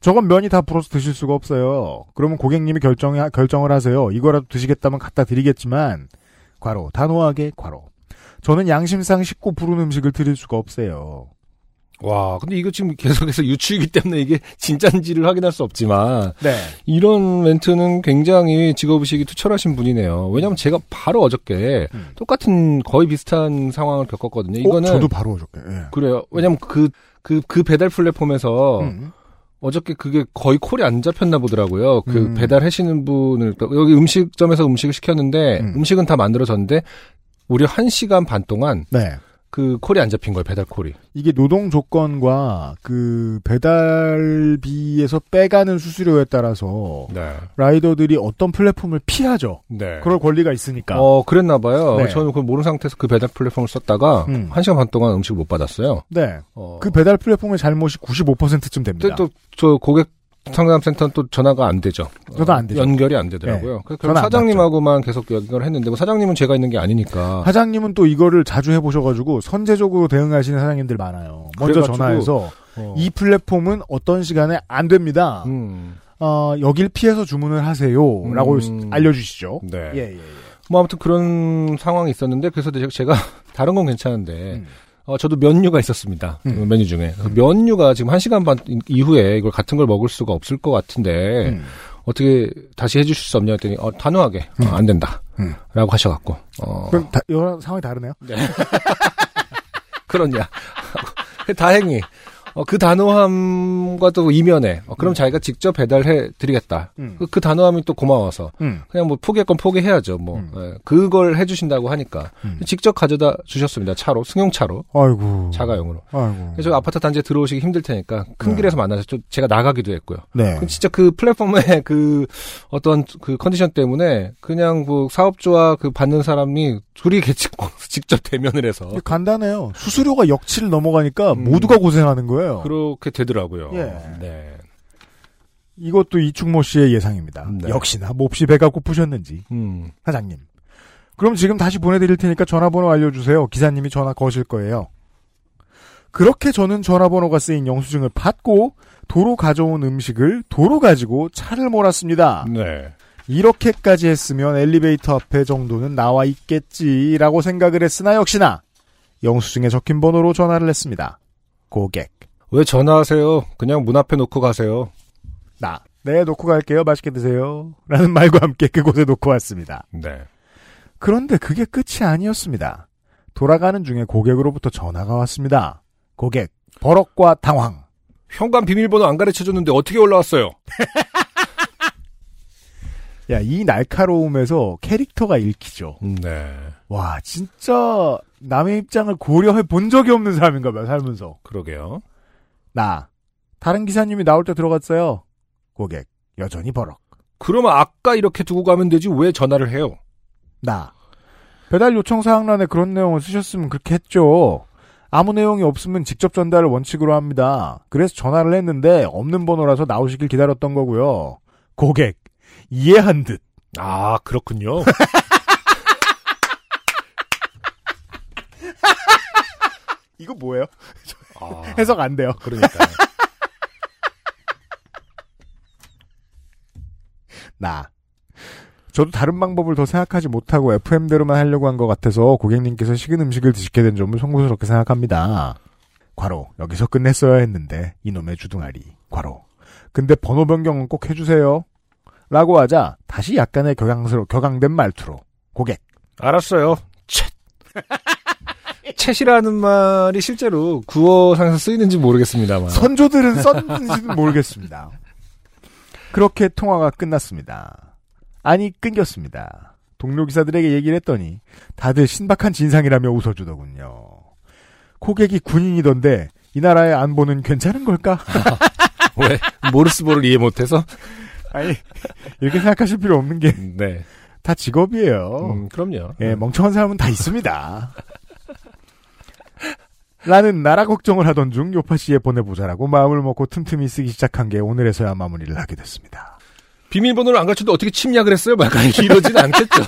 저건 면이 다 불어서 드실 수가 없어요. 그러면 고객님이 결정, 결정을 하세요. 이거라도 드시겠다면 갖다 드리겠지만, 과로, 단호하게 과로. 저는 양심상 식고 부른 음식을 드릴 수가 없어요.
와, 근데 이거 지금 계속해서 [LAUGHS] 유추이기 때문에 이게 진짠지를 확인할 수 없지만,
네.
이런 멘트는 굉장히 직업의식이 투철하신 분이네요. 왜냐면 하 제가 바로 어저께
음.
똑같은 거의 비슷한 상황을 겪었거든요. 이거는.
저도 바로 어저께. 예.
그래요. 왜냐면 하 그, 그, 그 배달 플랫폼에서
음.
어저께 그게 거의 콜이 안 잡혔나 보더라고요. 그
음.
배달하시는 분을 그러니까 여기 음식점에서 음식을 시켰는데
음.
음. 식은다 만들어졌는데 무려 1시간 반 동안
네.
그 콜이 안 잡힌 거예요. 배달 콜이.
이게 노동 조건과 그 배달비에서 빼가는 수수료에 따라서
네.
라이더들이 어떤 플랫폼을 피하죠.
네.
그럴 권리가 있으니까.
어, 그랬나 봐요.
그러니까. 네.
저는 그걸 모르는 상태에서 그 배달 플랫폼을 썼다가
음.
1시간 반 동안 음식을 못 받았어요.
네.
어.
그 배달 플랫폼의 잘못이 95%쯤 됩니다.
또, 저 고객 상담센터는 또 전화가 안 되죠.
저도 안 되죠. 네.
연결이 안 되더라고요. 그래서 결국
전화 안
사장님하고만 계속 연결을 했는데, 뭐 사장님은 제가 있는 게 아니니까.
사장님은 또 이거를 자주 해보셔가지고 선제적으로 대응하시는 사장님들 많아요. 먼저
그래가지고-
전화해서
어.
이 플랫폼은 어떤 시간에 안 됩니다.
음.
어, 여길 피해서 주문을 하세요라고
음.
알려주시죠.
네.
예, 예, 예.
뭐 아무튼 그런 상황이 있었는데 그래서 제- 제가 [LAUGHS] 다른 건 괜찮은데
음.
어, 저도 면류가 있었습니다
음.
메뉴 중에 그래서 면류가 지금 한 시간 반 이- 이후에 이걸 같은 걸 먹을 수가 없을 것 같은데
음.
어떻게 다시 해주실 수 없냐 했더니 어, 단호하게 어, 안 된다라고
음.
하셔갖고 어,
그럼 다, 이런 상황이 다르네요.
그렇냐 [LAUGHS] 하고 다행히 어, 그 단호함과 또 이면에 어, 그럼 자기가 직접 배달해 드리겠다
음.
그, 그 단호함이 또 고마워서
음.
그냥 뭐 포기할 건 포기해야죠. 뭐
음.
예, 그걸 해주신다고 하니까
음.
직접 가져다 주셨습니다. 차로 승용차로
아이고.
자가용으로.
아이고.
그래서 아파트 단지에 들어오시기 힘들 테니까 큰
네.
길에서 만나서 좀 제가 나가기도 했고요.
네.
그 진짜 그 플랫폼의 [LAUGHS] 그 어떤 그 컨디션 때문에 그냥 뭐 사업주와 그 받는 사람이 둘이 [LAUGHS] 이렇게 직- 직접 대면을 해서
어? 이게 간단해요. 수수료가 역치를 넘어가니까
음.
모두가 고생하는 거예요.
그렇게 되더라고요.
예.
네.
이것도 이충모 씨의 예상입니다.
네.
역시나 몹시 배가 고프셨는지
음.
사장님. 그럼 지금 다시 보내드릴 테니까 전화번호 알려주세요. 기사님이 전화 거실 거예요. 그렇게 저는 전화번호가 쓰인 영수증을 받고 도로 가져온 음식을 도로 가지고 차를 몰았습니다.
네.
이렇게까지 했으면 엘리베이터 앞에 정도는 나와 있겠지라고 생각을 했으나 역시나 영수증에 적힌 번호로 전화를 했습니다. 고객.
왜 전화하세요? 그냥 문 앞에 놓고 가세요.
나. 네, 놓고 갈게요. 맛있게 드세요. 라는 말과 함께 그곳에 놓고 왔습니다.
네.
그런데 그게 끝이 아니었습니다. 돌아가는 중에 고객으로부터 전화가 왔습니다. 고객. 버럭과 당황.
현관 비밀번호 안 가르쳐 줬는데 어떻게 올라왔어요?
야, 이 날카로움에서 캐릭터가 읽히죠.
네.
와, 진짜 남의 입장을 고려해 본 적이 없는 사람인가 봐요, 살면서.
그러게요.
나. 다른 기사님이 나올 때 들어갔어요. 고객. 여전히 버럭.
그러면 아까 이렇게 두고 가면 되지 왜 전화를 해요?
나. 배달 요청 사항란에 그런 내용을 쓰셨으면 그렇게 했죠. 아무 내용이 없으면 직접 전달을 원칙으로 합니다. 그래서 전화를 했는데 없는 번호라서 나오시길 기다렸던 거고요. 고객 이해한 듯.
아 [LAUGHS] 그렇군요.
이거 뭐예요? [LAUGHS]
아,
해석 안 돼요.
그러니까
[LAUGHS] 나. 저도 다른 방법을 더 생각하지 못하고 FM대로만 하려고 한 것 같아서 고객님께서 식은 음식을 드시게 된 점을 송구스럽게 생각합니다. 과로, 여기서 끝냈어야 했는데, 이놈의 주둥아리. 과로. 근데 번호 변경은 꼭 해주세요. 라고 하자, 다시 약간의 격앙스러, 격앙된 말투로. 고객.
알았어요. 챗. 챗이라는 말이 실제로 구어상에서 쓰이는지 모르겠습니다만.
선조들은 썼는지는 모르겠습니다. 그렇게 통화가 끝났습니다. 아니 끊겼습니다. 동료 기사들에게 얘기를 했더니 다들 신박한 진상이라며 웃어주더군요. 고객이 군인이던데 이 나라의 안보는 괜찮은 걸까?
[LAUGHS]
[LAUGHS]
왜? 모르스보를 이해 못해서?
아니 이렇게 생각하실 필요 없는 게 다
네.
직업이에요.
음, 그럼요.
예, 멍청한 사람은 다 있습니다. 라는 나라 걱정을 하던 중 요파 씨에 보내보자라고 마음을 먹고 틈틈이 쓰기 시작한 게 오늘에서야 마무리를 하게 됐습니다.
비밀번호를 안 가르쳐도 어떻게 침략을 했어요? 막 약간 이러진 않겠죠.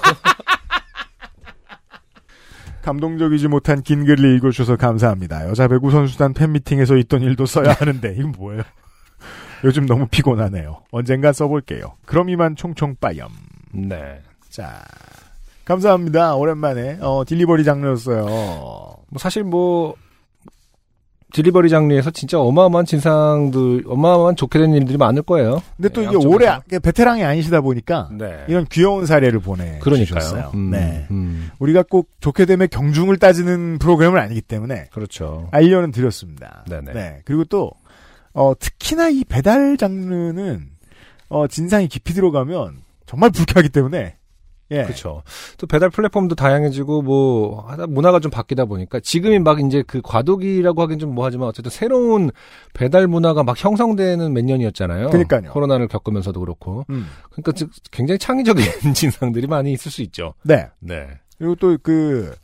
감동적이지 못한 긴 글을 읽어주셔서 감사합니다. 여자 배구 선수단 팬미팅에서 있던 일도 써야 하는데 이건 뭐예요? [LAUGHS] 요즘 너무 피곤하네요. 언젠가 써볼게요. 그럼 이만 총총 빠염.
[LAUGHS] 네.
자, 감사합니다. 오랜만에 어, 딜리버리 장르였어요.
뭐 사실 뭐 딜리버리 장르에서 진짜 어마어마한 진상들, 어마어마한 좋게 된 일들이 많을 거예요.
근데 또
네,
이게
양쪽에서.
오래 아- 베테랑이 아니시다 보니까
네.
이런 귀여운 사례를 보내
그러니까요.
주셨어요. 네.
음,
우리가 꼭 좋게 되면 경중을 따지는 프로그램은 아니기 때문에
그렇죠.
알려는 드렸습니다.
네네.
네. 그리고 또 어, 특히나 이 배달 장르는 어, 진상이 깊이 들어가면 정말 불쾌하기 때문에 예.
그렇죠. 또 배달 플랫폼도 다양해지고 뭐 하다 문화가 좀 바뀌다 보니까 지금이 막 이제 그 과도기라고 하긴 좀 뭐하지만 어쨌든 새로운 배달 문화가 막 형성되는 몇 년이었잖아요.
그러니까요.
코로나를 겪으면서도 그렇고.
음,
그러니까 즉 굉장히 창의적인 [LAUGHS] 진상들이 많이 있을 수 있죠.
네.
네.
그리고 또 그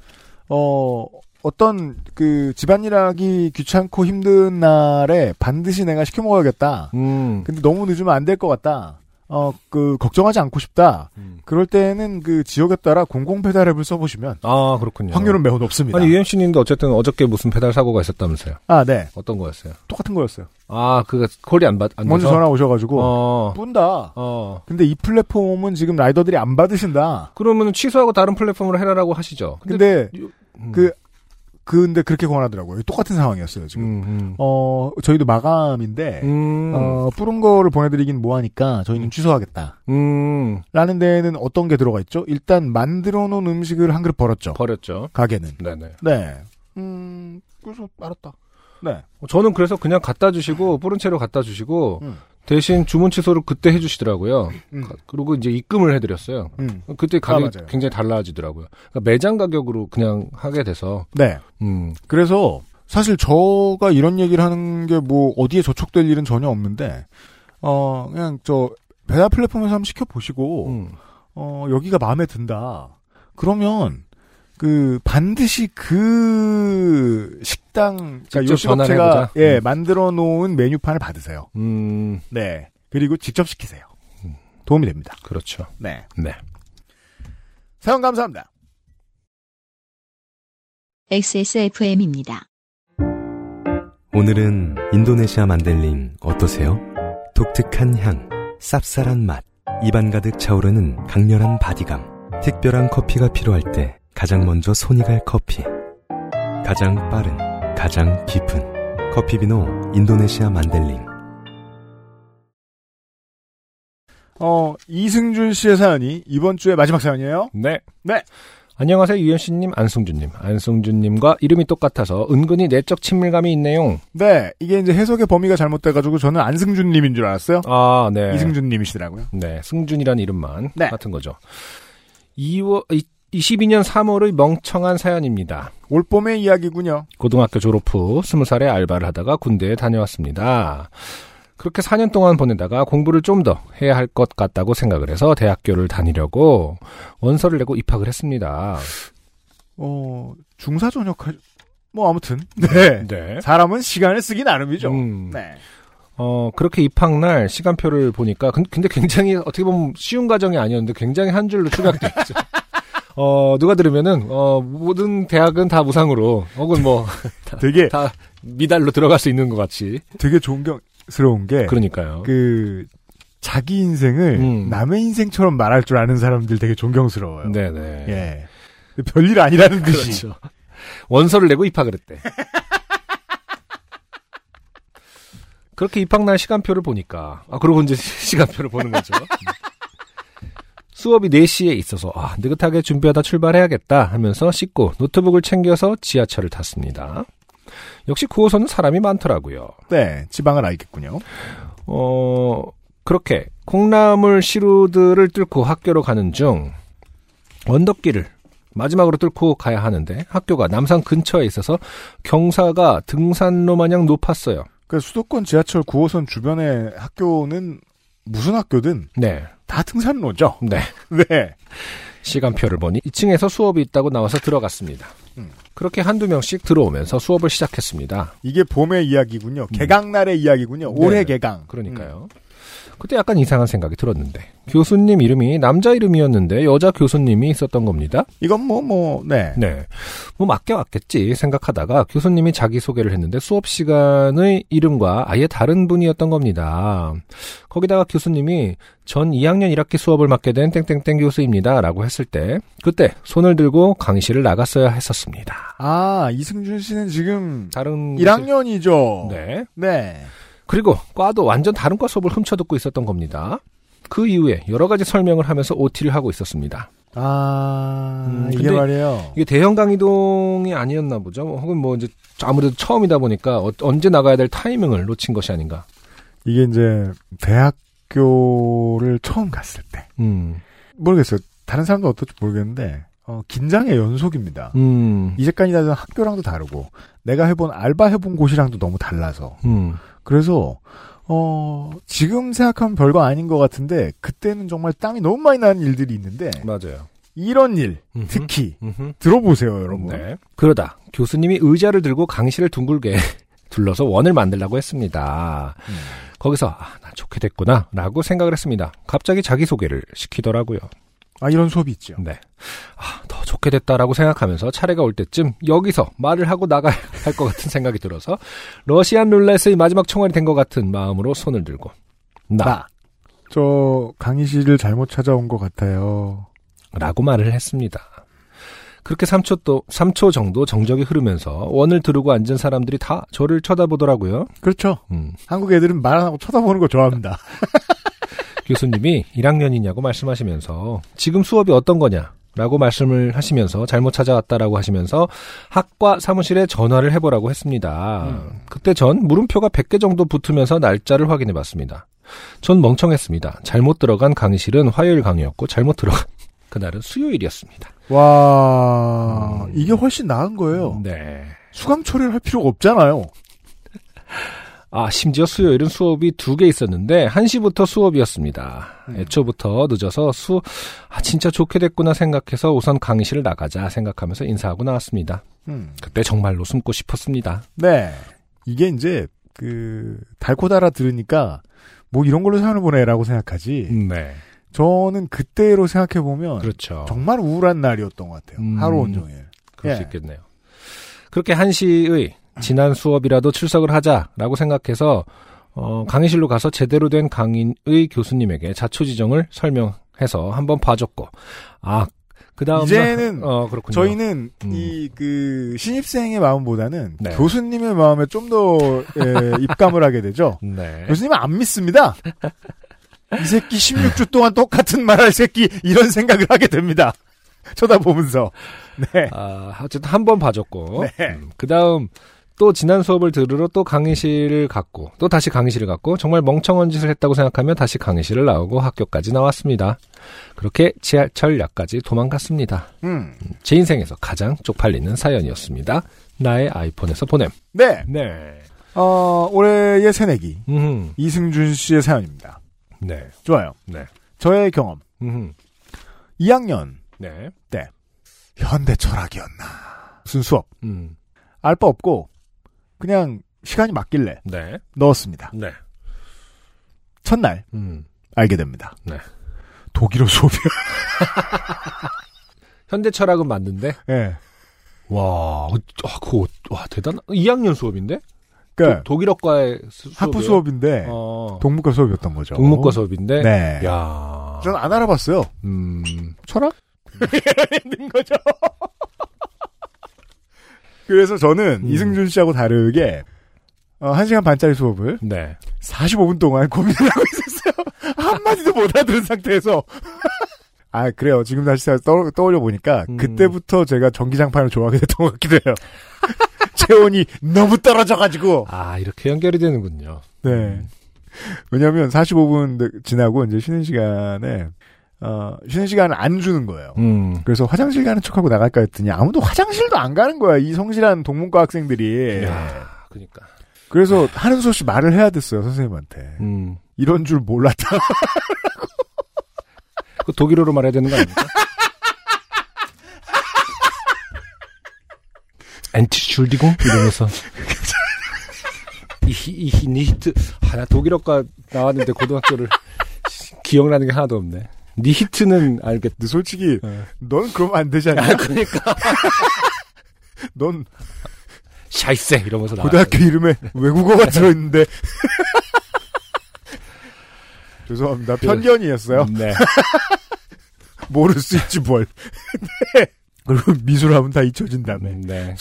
어. 어떤 그 집안일하기 귀찮고 힘든 날에 반드시 내가 시켜 먹어야겠다.
음.
근데 너무 늦으면 안 될 것 같다. 어, 그, 걱정하지 않고 싶다.
음.
그럴 때는 그 지역에 따라 공공배달앱을 써보시면
아 그렇군요.
확률은 매우 높습니다.
아니 예. UMC님도 어쨌든 어저께 무슨 배달 사고가 있었다면서요.
아, 네.
어떤 거였어요?
똑같은 거였어요.
아 그거 콜이 안 받. 안
먼저
돼서?
전화 오셔가지고, 아,
어.
뿐다.
어.
근데 이 플랫폼은 지금 라이더들이 안 받으신다.
그러면 취소하고 다른 플랫폼으로 해라라고 하시죠.
근데,
음.
그- 근데 그렇게 권하더라고요. 똑같은 상황이었어요, 지금.
음, 음.
어, 저희도 마감인데,
음.
어, 뿌른 거를 보내드리긴 뭐하니까 저희는 취소하겠다.
음,
라는 데에는 어떤 게 들어가 있죠? 일단 만들어 놓은 음식을 한 그릇 버렸죠.
버렸죠.
가게는.
네네.
네. 음, 그래서 알았다. 네.
저는 그래서 그냥 갖다 주시고, 뿌른 채로 갖다 주시고,
음.
대신 주문 취소를 그때 해주시더라고요.
음.
가- 그리고 이제 입금을 해드렸어요.
음.
그때 가격이
맞아요.
굉장히 달라지더라고요. 그러니까 매장 가격으로 그냥 하게 돼서,
네.
음,
그래서 사실 저가 이런 얘기를 하는 게 뭐 어디에 저촉될 일은 전혀 없는데, 어, 그냥 저 배달 플랫폼에서 한번 시켜보시고,
음,
어, 여기가 마음에 든다. 그러면, 그, 반드시 그 식당, 그러니까
직접
요식업체가,
전화를 해보자.
예,
음.
만들어 놓은 메뉴판을 받으세요.
음,
네. 그리고 직접 시키세요. 도움이 됩니다.
그렇죠.
네.
네.
사연 감사합니다.
XSFM입니다.
오늘은 인도네시아 만델링 어떠세요? 독특한 향, 쌉쌀한 맛, 입안 가득 차오르는 강렬한 바디감. 특별한 커피가 필요할 때 가장 먼저 손이 갈 커피. 가장 빠른, 가장 깊은 커피비노 인도네시아 만델링.
어, 이승준 씨의 사연이 이번 주의 마지막 사연이에요.
네.
네.
안녕하세요. 유현씨님, 안승준님. 안승준님과 이름이 똑같아서 은근히 내적 친밀감이 있네요.
네, 이게 이제 해석의 범위가 잘못돼가지고 저는 안승준님인 줄 알았어요.
아, 네.
이승준님이시더라고요.
네, 승준이라는 이름만
네.
같은 거죠. 2월 22년 3월의 멍청한 사연입니다.
올 봄의 이야기군요.
고등학교 졸업 후 20살에 알바를 하다가 군대에 다녀왔습니다. 그렇게 4년 동안 보내다가 공부를 좀 더 해야 할 것 같다고 생각을 해서 대학교를 다니려고 원서를 내고 입학을 했습니다.
어, 중사 전역, 하... 뭐 아무튼. 네.
네.
사람은 시간을 쓰기 나름이죠.
음.
네.
어, 그렇게 입학 날 시간표를 보니까, 근- 근데 굉장히 어떻게 보면 쉬운 과정이 아니었는데 굉장히 한 줄로 추가되어 있죠. 어, 누가 들으면은, 어, 모든 대학은 다 무상으로, 혹은 뭐,
되게,
다 미달로 들어갈 수 있는 것 같이.
되게 존경스러운 게, 그,
그러니까요.
자기 인생을
음.
남의 인생처럼 말할 줄 아는 사람들 되게 존경스러워요.
네네.
예. 별일 아니라는 듯이.
그렇죠. 원서를 내고 입학을 [LAUGHS] 했대. 그렇게 입학날 시간표를 보니까, 아, 그러고 이제 [LAUGHS] 시간표를 보는 거죠. 수업이 4시에 있어서, 아, 느긋하게 준비하다 출발해야겠다 하면서 씻고 노트북을 챙겨서 지하철을 탔습니다. 역시 9호선은 사람이 많더라고요.
네, 지방을 알겠군요.
어, 그렇게 콩나물 시루들을 뚫고 학교로 가는 중 언덕길을 마지막으로 뚫고 가야 하는데 학교가 남산 근처에 있어서 경사가 등산로 마냥 높았어요.
그러니까 수도권 지하철 9호선 주변의 학교는 무슨 학교든
네.
다 등산로죠. [LAUGHS]
네.
네.
시간표를 보니 2층에서 수업이 있다고 나와서 들어갔습니다. 그렇게 한두 명씩 들어오면서 수업을 시작했습니다.
이게 봄의 이야기군요. 개강날의 이야기군요.
음. 네.
올해 개강. 음.
그러니까요. 그때 약간 이상한 생각이 들었는데 교수님 이름이 남자 이름이었는데 여자 교수님이 있었던 겁니다.
음. 이건 뭐, 뭐, 네.
네. 뭐 맡겨왔겠지 생각하다가 교수님이 자기소개를 했는데 수업 시간의 이름과 아예 다른 분이었던 겁니다. 거기다가 교수님이 전 2학년 1학기 수업을 맡게 된 땡땡땡 교수입니다. 라고 했을 때 그때 손을 들고 강의실을 나갔어야 했었습니다.
아, 이승준 씨는 지금
다른 곳에-
1학년이죠.
네.
네.
그리고 과도 완전 다른 과 수업을 훔쳐듣고 있었던 겁니다. 그 이후에 여러 가지 설명을 하면서 OT를 하고 있었습니다.
아,
음,
이게
근데
말이에요.
이게 대형 강의동이 아니었나 보죠. 혹은 뭐 이제 아무래도 처음이다 보니까 어- 언제 나가야 될 타이밍을 놓친 것이 아닌가.
이게 이제 대학교를 처음 갔을 때
음,
모르겠어요. 다른 사람도 어떨지 모르겠는데 어, 긴장의 연속입니다.
음,
이제까지 다는 학교랑도 다르고 내가 해본 알바 해본 곳이랑도 너무 달라서
음.
그래서 어, 지금 생각하면 별거 아닌 것 같은데 그때는 정말 땀이 너무 많이 나는 일들이 있는데
맞아요.
이런 일
음흠.
특히
음흠.
들어보세요 여러분.
네. 그러다 교수님이 의자를 들고 강의실을 둥글게 [LAUGHS] 둘러서 원을 만들라고 했습니다.
음.
거기서 아, 나 좋게 됐구나라고 생각을 했습니다. 갑자기 자기 소개를 시키더라고요.
아 이런 수업이 있죠.
네. 아, 더 좋게 됐다라고 생각하면서 차례가 올 때쯤 여기서 말을 하고 나가야 [LAUGHS] 할 것 같은 생각이 들어서 러시안 룰렛의 마지막 총알이 된 것 같은 마음으로 손을 들고
나. 저 강의실을 잘못 찾아온 것 같아요.
나라고 말을 했습니다. 그렇게 3초 또 3초 정도 정적이 흐르면서 원을 두르고 앉은 사람들이 다 저를 쳐다보더라고요.
그렇죠.
음,
한국 애들은 말 안 하고 쳐다보는 거 좋아합니다.
교수님이 1학년이냐고 말씀하시면서 지금 수업이 어떤 거냐? 라고 말씀을 하시면서 잘못 찾아왔다라고 하시면서 학과 사무실에 전화를 해보라고 했습니다. 그때 전 물음표가 100개 정도 붙으면서 날짜를 확인해 봤습니다. 전 멍청했습니다. 잘못 들어간 강의실은 화요일 강의였고 잘못 들어간 [LAUGHS] 그날은 수요일이었습니다.
와,
음.
이게 훨씬 나은 거예요.
네.
수강 처리를 할 필요가 없잖아요.
아, 심지어 수요일은 수업이 두 개 있었는데, 1시부터 수업이었습니다.
음.
애초부터 늦어서 수, 아, 진짜 좋게 됐구나 생각해서 우선 강의실을 나가자 생각하면서 인사하고 나왔습니다.
음.
그때 정말로 숨고 싶었습니다.
네. 이게 이제, 그, 달코달아 들으니까, 뭐 이런 걸로 사연을 보내라고 생각하지.
네.
저는 그때로 생각해보면,
그렇죠.
정말 우울한 날이었던 것 같아요.
음.
하루 온종일.
그럴 수
예.
있겠네요. 그렇게 1시의 지난 수업이라도 출석을 하자라고 생각해서, 어, 강의실로 가서 제대로 된 강의의 교수님에게 자초지정을 설명해서 한번 봐줬고, 아, 그 다음
이제는
어, 그렇군요.
저희는
음.
이 그 신입생의 마음보다는
네.
교수님의 마음에 좀 더 예,
[LAUGHS]
입감을 하게 되죠.
네.
교수님은 안 믿습니다. 이 새끼 16주 동안 똑같은 말 할 새끼 이런 생각을 하게 됩니다. 쳐다보면서 네.
아, 어쨌든 한 번 봐줬고.
네.
그 다음, 또 지난 수업을 들으러 또 강의실을 갔고, 또 다시 강의실을 갔고, 정말 멍청한 짓을 했다고 생각하며 다시 강의실을 나오고 학교까지 나왔습니다. 그렇게 지하철역까지 도망갔습니다.
음.
제 인생에서 가장 쪽팔리는 사연이었습니다. 나의 아이폰에서 보냄.
네.
네.
어, 올해의 새내기
음,
이승준 씨의 사연입니다.
네.
좋아요.
네.
저의 경험.
음,
2학년
네.
현대 철학이었나. 무슨 수업.
음,
알 바 없고 그냥 시간이 맞길래
네.
넣었습니다.
네.
첫날
음.
알게 됩니다.
네.
독일어 수업이요.
현대 철학은 맞는데?
[LAUGHS] 예.
와, 어, 아, 그거, 와, 대단, 2학년 수업인데?
그러니까
독, 독일어과의 수,
학부
네. 수업이에요?
수업인데
어,
동문과 수업이었던 거죠.
동문과 수업인데.
네.
야.
전 안 알아봤어요.
음.
철학? [LAUGHS] 있는 거죠. [LAUGHS] 그래서 저는
음.
이승준 씨하고 다르게 어, 1시간 반짜리 수업을
네.
45분 동안 고민을 하고 있었어요. [LAUGHS] 한마디도 못 알아들은 상태에서. [LAUGHS] 아, 그래요. 지금 다시 떠, 떠올려 보니까
음.
그때부터 제가 전기장판을 좋아하게 됐던 것 같기도 해요. [LAUGHS] 체온이 너무 떨어져가지고.
아, 이렇게 연결이 되는군요.
네. 왜냐면 45분 네, 지나고 이제 쉬는 시간에 어, 쉬는 시간을 안 주는 거예요.
음.
그래서 화장실 가는 척하고 나갈까 했더니 아무도 화장실도 안 가는 거야. 이 성실한 동문과 학생들이.
야, 그니까.
그래서 한은수 씨 말을 해야 됐어요. 선생님한테.
음.
이런 줄 몰랐다.
그 독일어로 말해야 되는 거 [LAUGHS] 아닙니까? 엔티슐디공 이러면서 이히 니히트 하나 독일어과 나왔는데 고등학교를 [LAUGHS] 기억나는 게 하나도 없네. 니히트는 알겠.
근데 솔직히
어.
넌 그러면 안 되지 않냐?
그러니까
넌
샤이세 이러면서 나.
고등학교 이름에
네.
외국어가
[LAUGHS]
들어있는데. 죄송합니다. 편견이었어요.
네.
모를 수
[LAUGHS]
있지 뭘. 네. 그리고 미술 하면 다 잊혀진다네.
[LAUGHS] 네.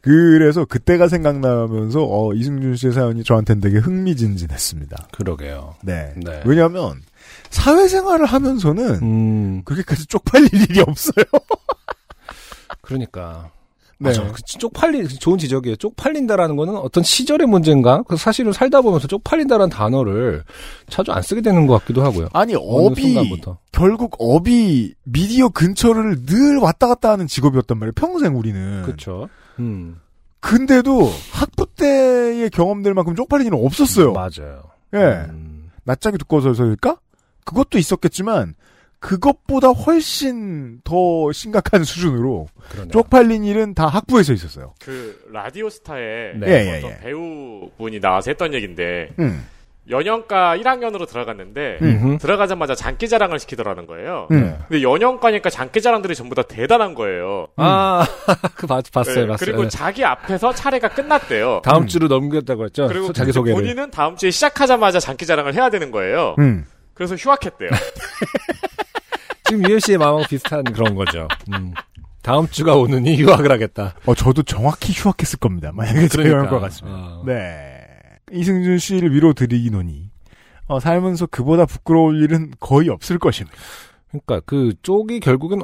그래서 그때가 생각나면서 어, 이승준 씨의 사연이 저한테는 되게 흥미진진했습니다.
그러게요.
네.
네.
왜냐하면 사회생활을 하면서는
음.
그렇게까지 쪽팔릴 일이 없어요.
그러니까.
네.
맞아. 그 쪽팔린 좋은 지적이에요. 쪽팔린다라는 거는 어떤 시절의 문제인가? 그 사실은 살다 보면서 쪽팔린다라는 단어를 자주 안 쓰게 되는 것 같기도 하고요.
아니
어느
업이
순간부터.
결국 업이 미디어 근처를 늘 왔다 갔다 하는 직업이었단 말이에요. 평생 우리는.
그렇죠. 음.
근데도 학부 때의 경험들만큼 쪽팔린 일은 없었어요.
맞아요.
예.
음.
낯짝이 두꺼워서일까? 그것도 있었겠지만 그것보다 훨씬 더 심각한 수준으로
그러네요.
쪽팔린 일은 다 학부에서 있었어요.
그 라디오스타에
네.
예, 예,
어떤
예.
배우분이 나와서 했던 얘기인데
음.
연영과 1학년으로 들어갔는데
음흠.
들어가자마자 장기자랑을 시키더라는 거예요.
음.
근데 연영과니까 장기자랑들이 전부 다 대단한 거예요.
아, [LAUGHS] 그 봤, 봤어요,
네,
봤어요.
그리고
네.
자기 앞에서 차례가 끝났대요.
다음 주로 넘겼다고 했죠.
그리고
자기
이제
소개를.
본인은 다음 주에 시작하자마자 장기자랑을 해야 되는 거예요.
음.
그래서 휴학했대요.
지금 유현 씨의 마음하고 비슷한 그런 거죠. 음. 다음 주가 오느니 유학을
[LAUGHS]
하겠다.
어, 저도 정확히 휴학했을 겁니다. 만약에 저희
그러니까.
형과 같으면.
어.
네. 이승준 씨를 위로 드리기노니 어, 살면서 그보다 부끄러울 일은 거의 없을 것입니다.
그러니까 그 쪽이 결국은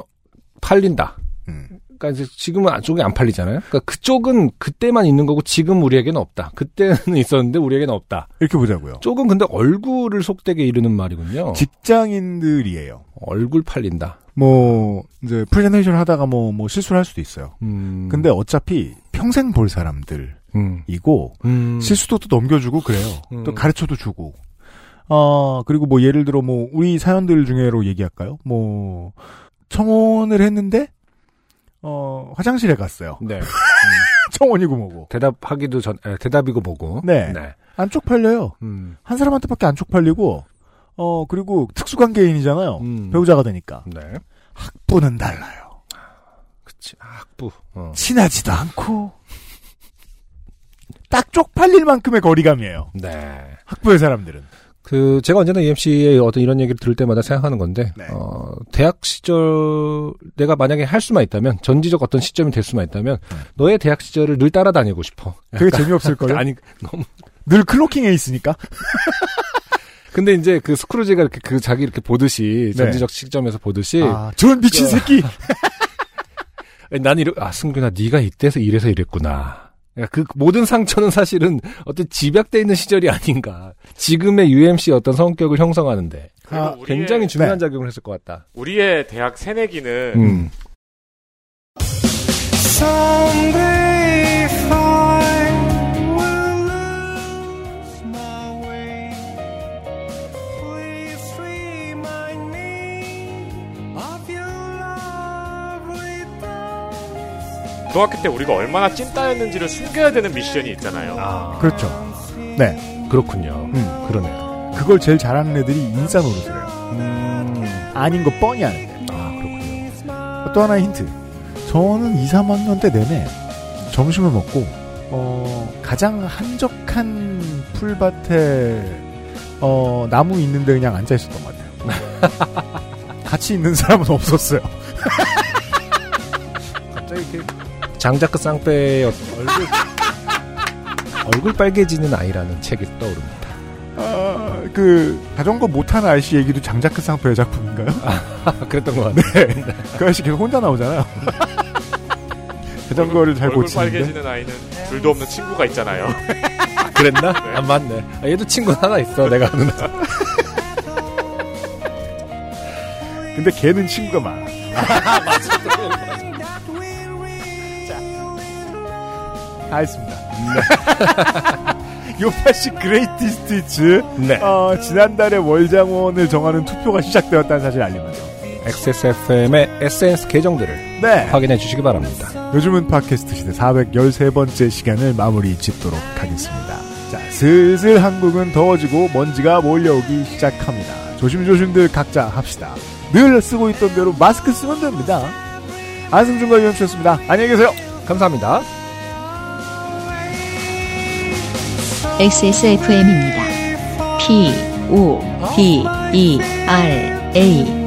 팔린다.
음.
그러니까 이제 지금은 안쪽이 안 팔리잖아요. 그러니까 그쪽은 그때만 있는 거고 지금 우리에게는 없다. 그때는 [LAUGHS] 있었는데 우리에게는 없다.
이렇게 보자고요.
쪽은 근데 얼굴을 속되게 이르는 말이군요.
직장인들이에요.
얼굴 팔린다.
뭐 이제 프레젠테이션 하다가 뭐 뭐 실수를 할 수도 있어요.
음.
근데 어차피 평생 볼 사람들이고
음. 음.
실수도 또 넘겨주고 그래요.
음.
또 가르쳐도 주고. 어 그리고 뭐 예를 들어 뭐 우리 사연들 중에로 얘기할까요? 뭐 청혼을 했는데 어 화장실에 갔어요.
네. 음.
[LAUGHS] 청혼이고 뭐고
대답하기도 전 에, 대답이고 보고.
네. 안쪽 팔려요.
음.
한 사람한테밖에 안쪽 팔리고 어 그리고 특수관계인이잖아요.
음.
어. 배우자가 되니까
네.
뿌는 달라요.
그치. 학부. 어.
친하지도 않고 딱 쪽팔릴 만큼의 거리감이에요.
네.
학부의 사람들은.
그 제가 언제나 UMC의 어떤 이런 얘기를 들을 때마다 생각하는 건데
네.
어, 대학 시절 내가 만약에 할 수만 있다면 전지적 어떤 시점이 될 수만 있다면 너의 대학 시절을 늘 따라다니고 싶어.
되게 재미없을 거예요.
그, 그러니까 아니 너무
늘 클로킹에 있으니까.
근데 이제 그 스크루지가 이렇게 그 자기 이렇게 보듯이 전지적 시점에서 보듯이
아, 저런
예.
미친 새끼.
난 이래 아 승균아 네가 이때서 이래서 이랬구나. 그러니까 그 모든 상처는 사실은 어떤 집약돼 있는 시절이 아닌가. 지금의 UMC 의 어떤 성격을 형성하는데
그리고
아,
우리의,
굉장히 중요한
네.
작용을 했을 것 같다.
우리의 대학 새내기는
음.
중학교 때 우리가 얼마나 찐따였는지를 숨겨야 되는 미션이 있잖아요.
그렇죠. 네.
그렇군요.
음.
그러네요.
그걸 제일 잘하는 애들이 인싸 노릇을 해요.
음.
아닌 거 뻔히 아는데.
아 그렇군요.
또 하나의 힌트. 저는 2, 3학년 때 내내 점심을 먹고, 어, 가장 한적한 풀밭에, 어, 나무 있는데 그냥 앉아 있었던 것 같아요. [LAUGHS] 같이 있는 사람은 없었어요.
갑자기 그 이렇게 장자크 쌍배의 어떤 [LAUGHS] 얼굴 얼굴 빨개지는 아이라는 책이 떠오릅니다.
아, 그 자전거 못하는 아저씨 얘기도 장자크 상표의 작품인가요?
아, 그랬던 것 같아요.
그 아저씨 계속 혼자 나오잖아요. 자전거를 잘
얼굴
고치는데
빨개지는 아이는 둘도 없는 친구가 있잖아요.
[LAUGHS] 그랬나? 안 맞네. 아, 얘도 친구 하나 있어. 내가 아는. [LAUGHS]
근데 걔는 친구가 많아. 자, 알겠습니다. 네. [LAUGHS] 요파시 그레이티 스티츠.
네.
어, 지난달에 월장원을 정하는 투표가 시작되었다는 사실 알리면요.
XSFM의 SNS 계정들을
네.
확인해 주시기 바랍니다.
요즘은 팟캐스트 시대 413번째 시간을 마무리 짓도록 하겠습니다. 자, 슬슬 한국은 더워지고 먼지가 몰려오기 시작합니다. 조심조심들 각자 합시다. 늘 쓰고 있던 대로 마스크 쓰면 됩니다. 안승준과 유현수였습니다. 안녕히 계세요.
감사합니다.
XSFM입니다. P, O, D, E, R, A.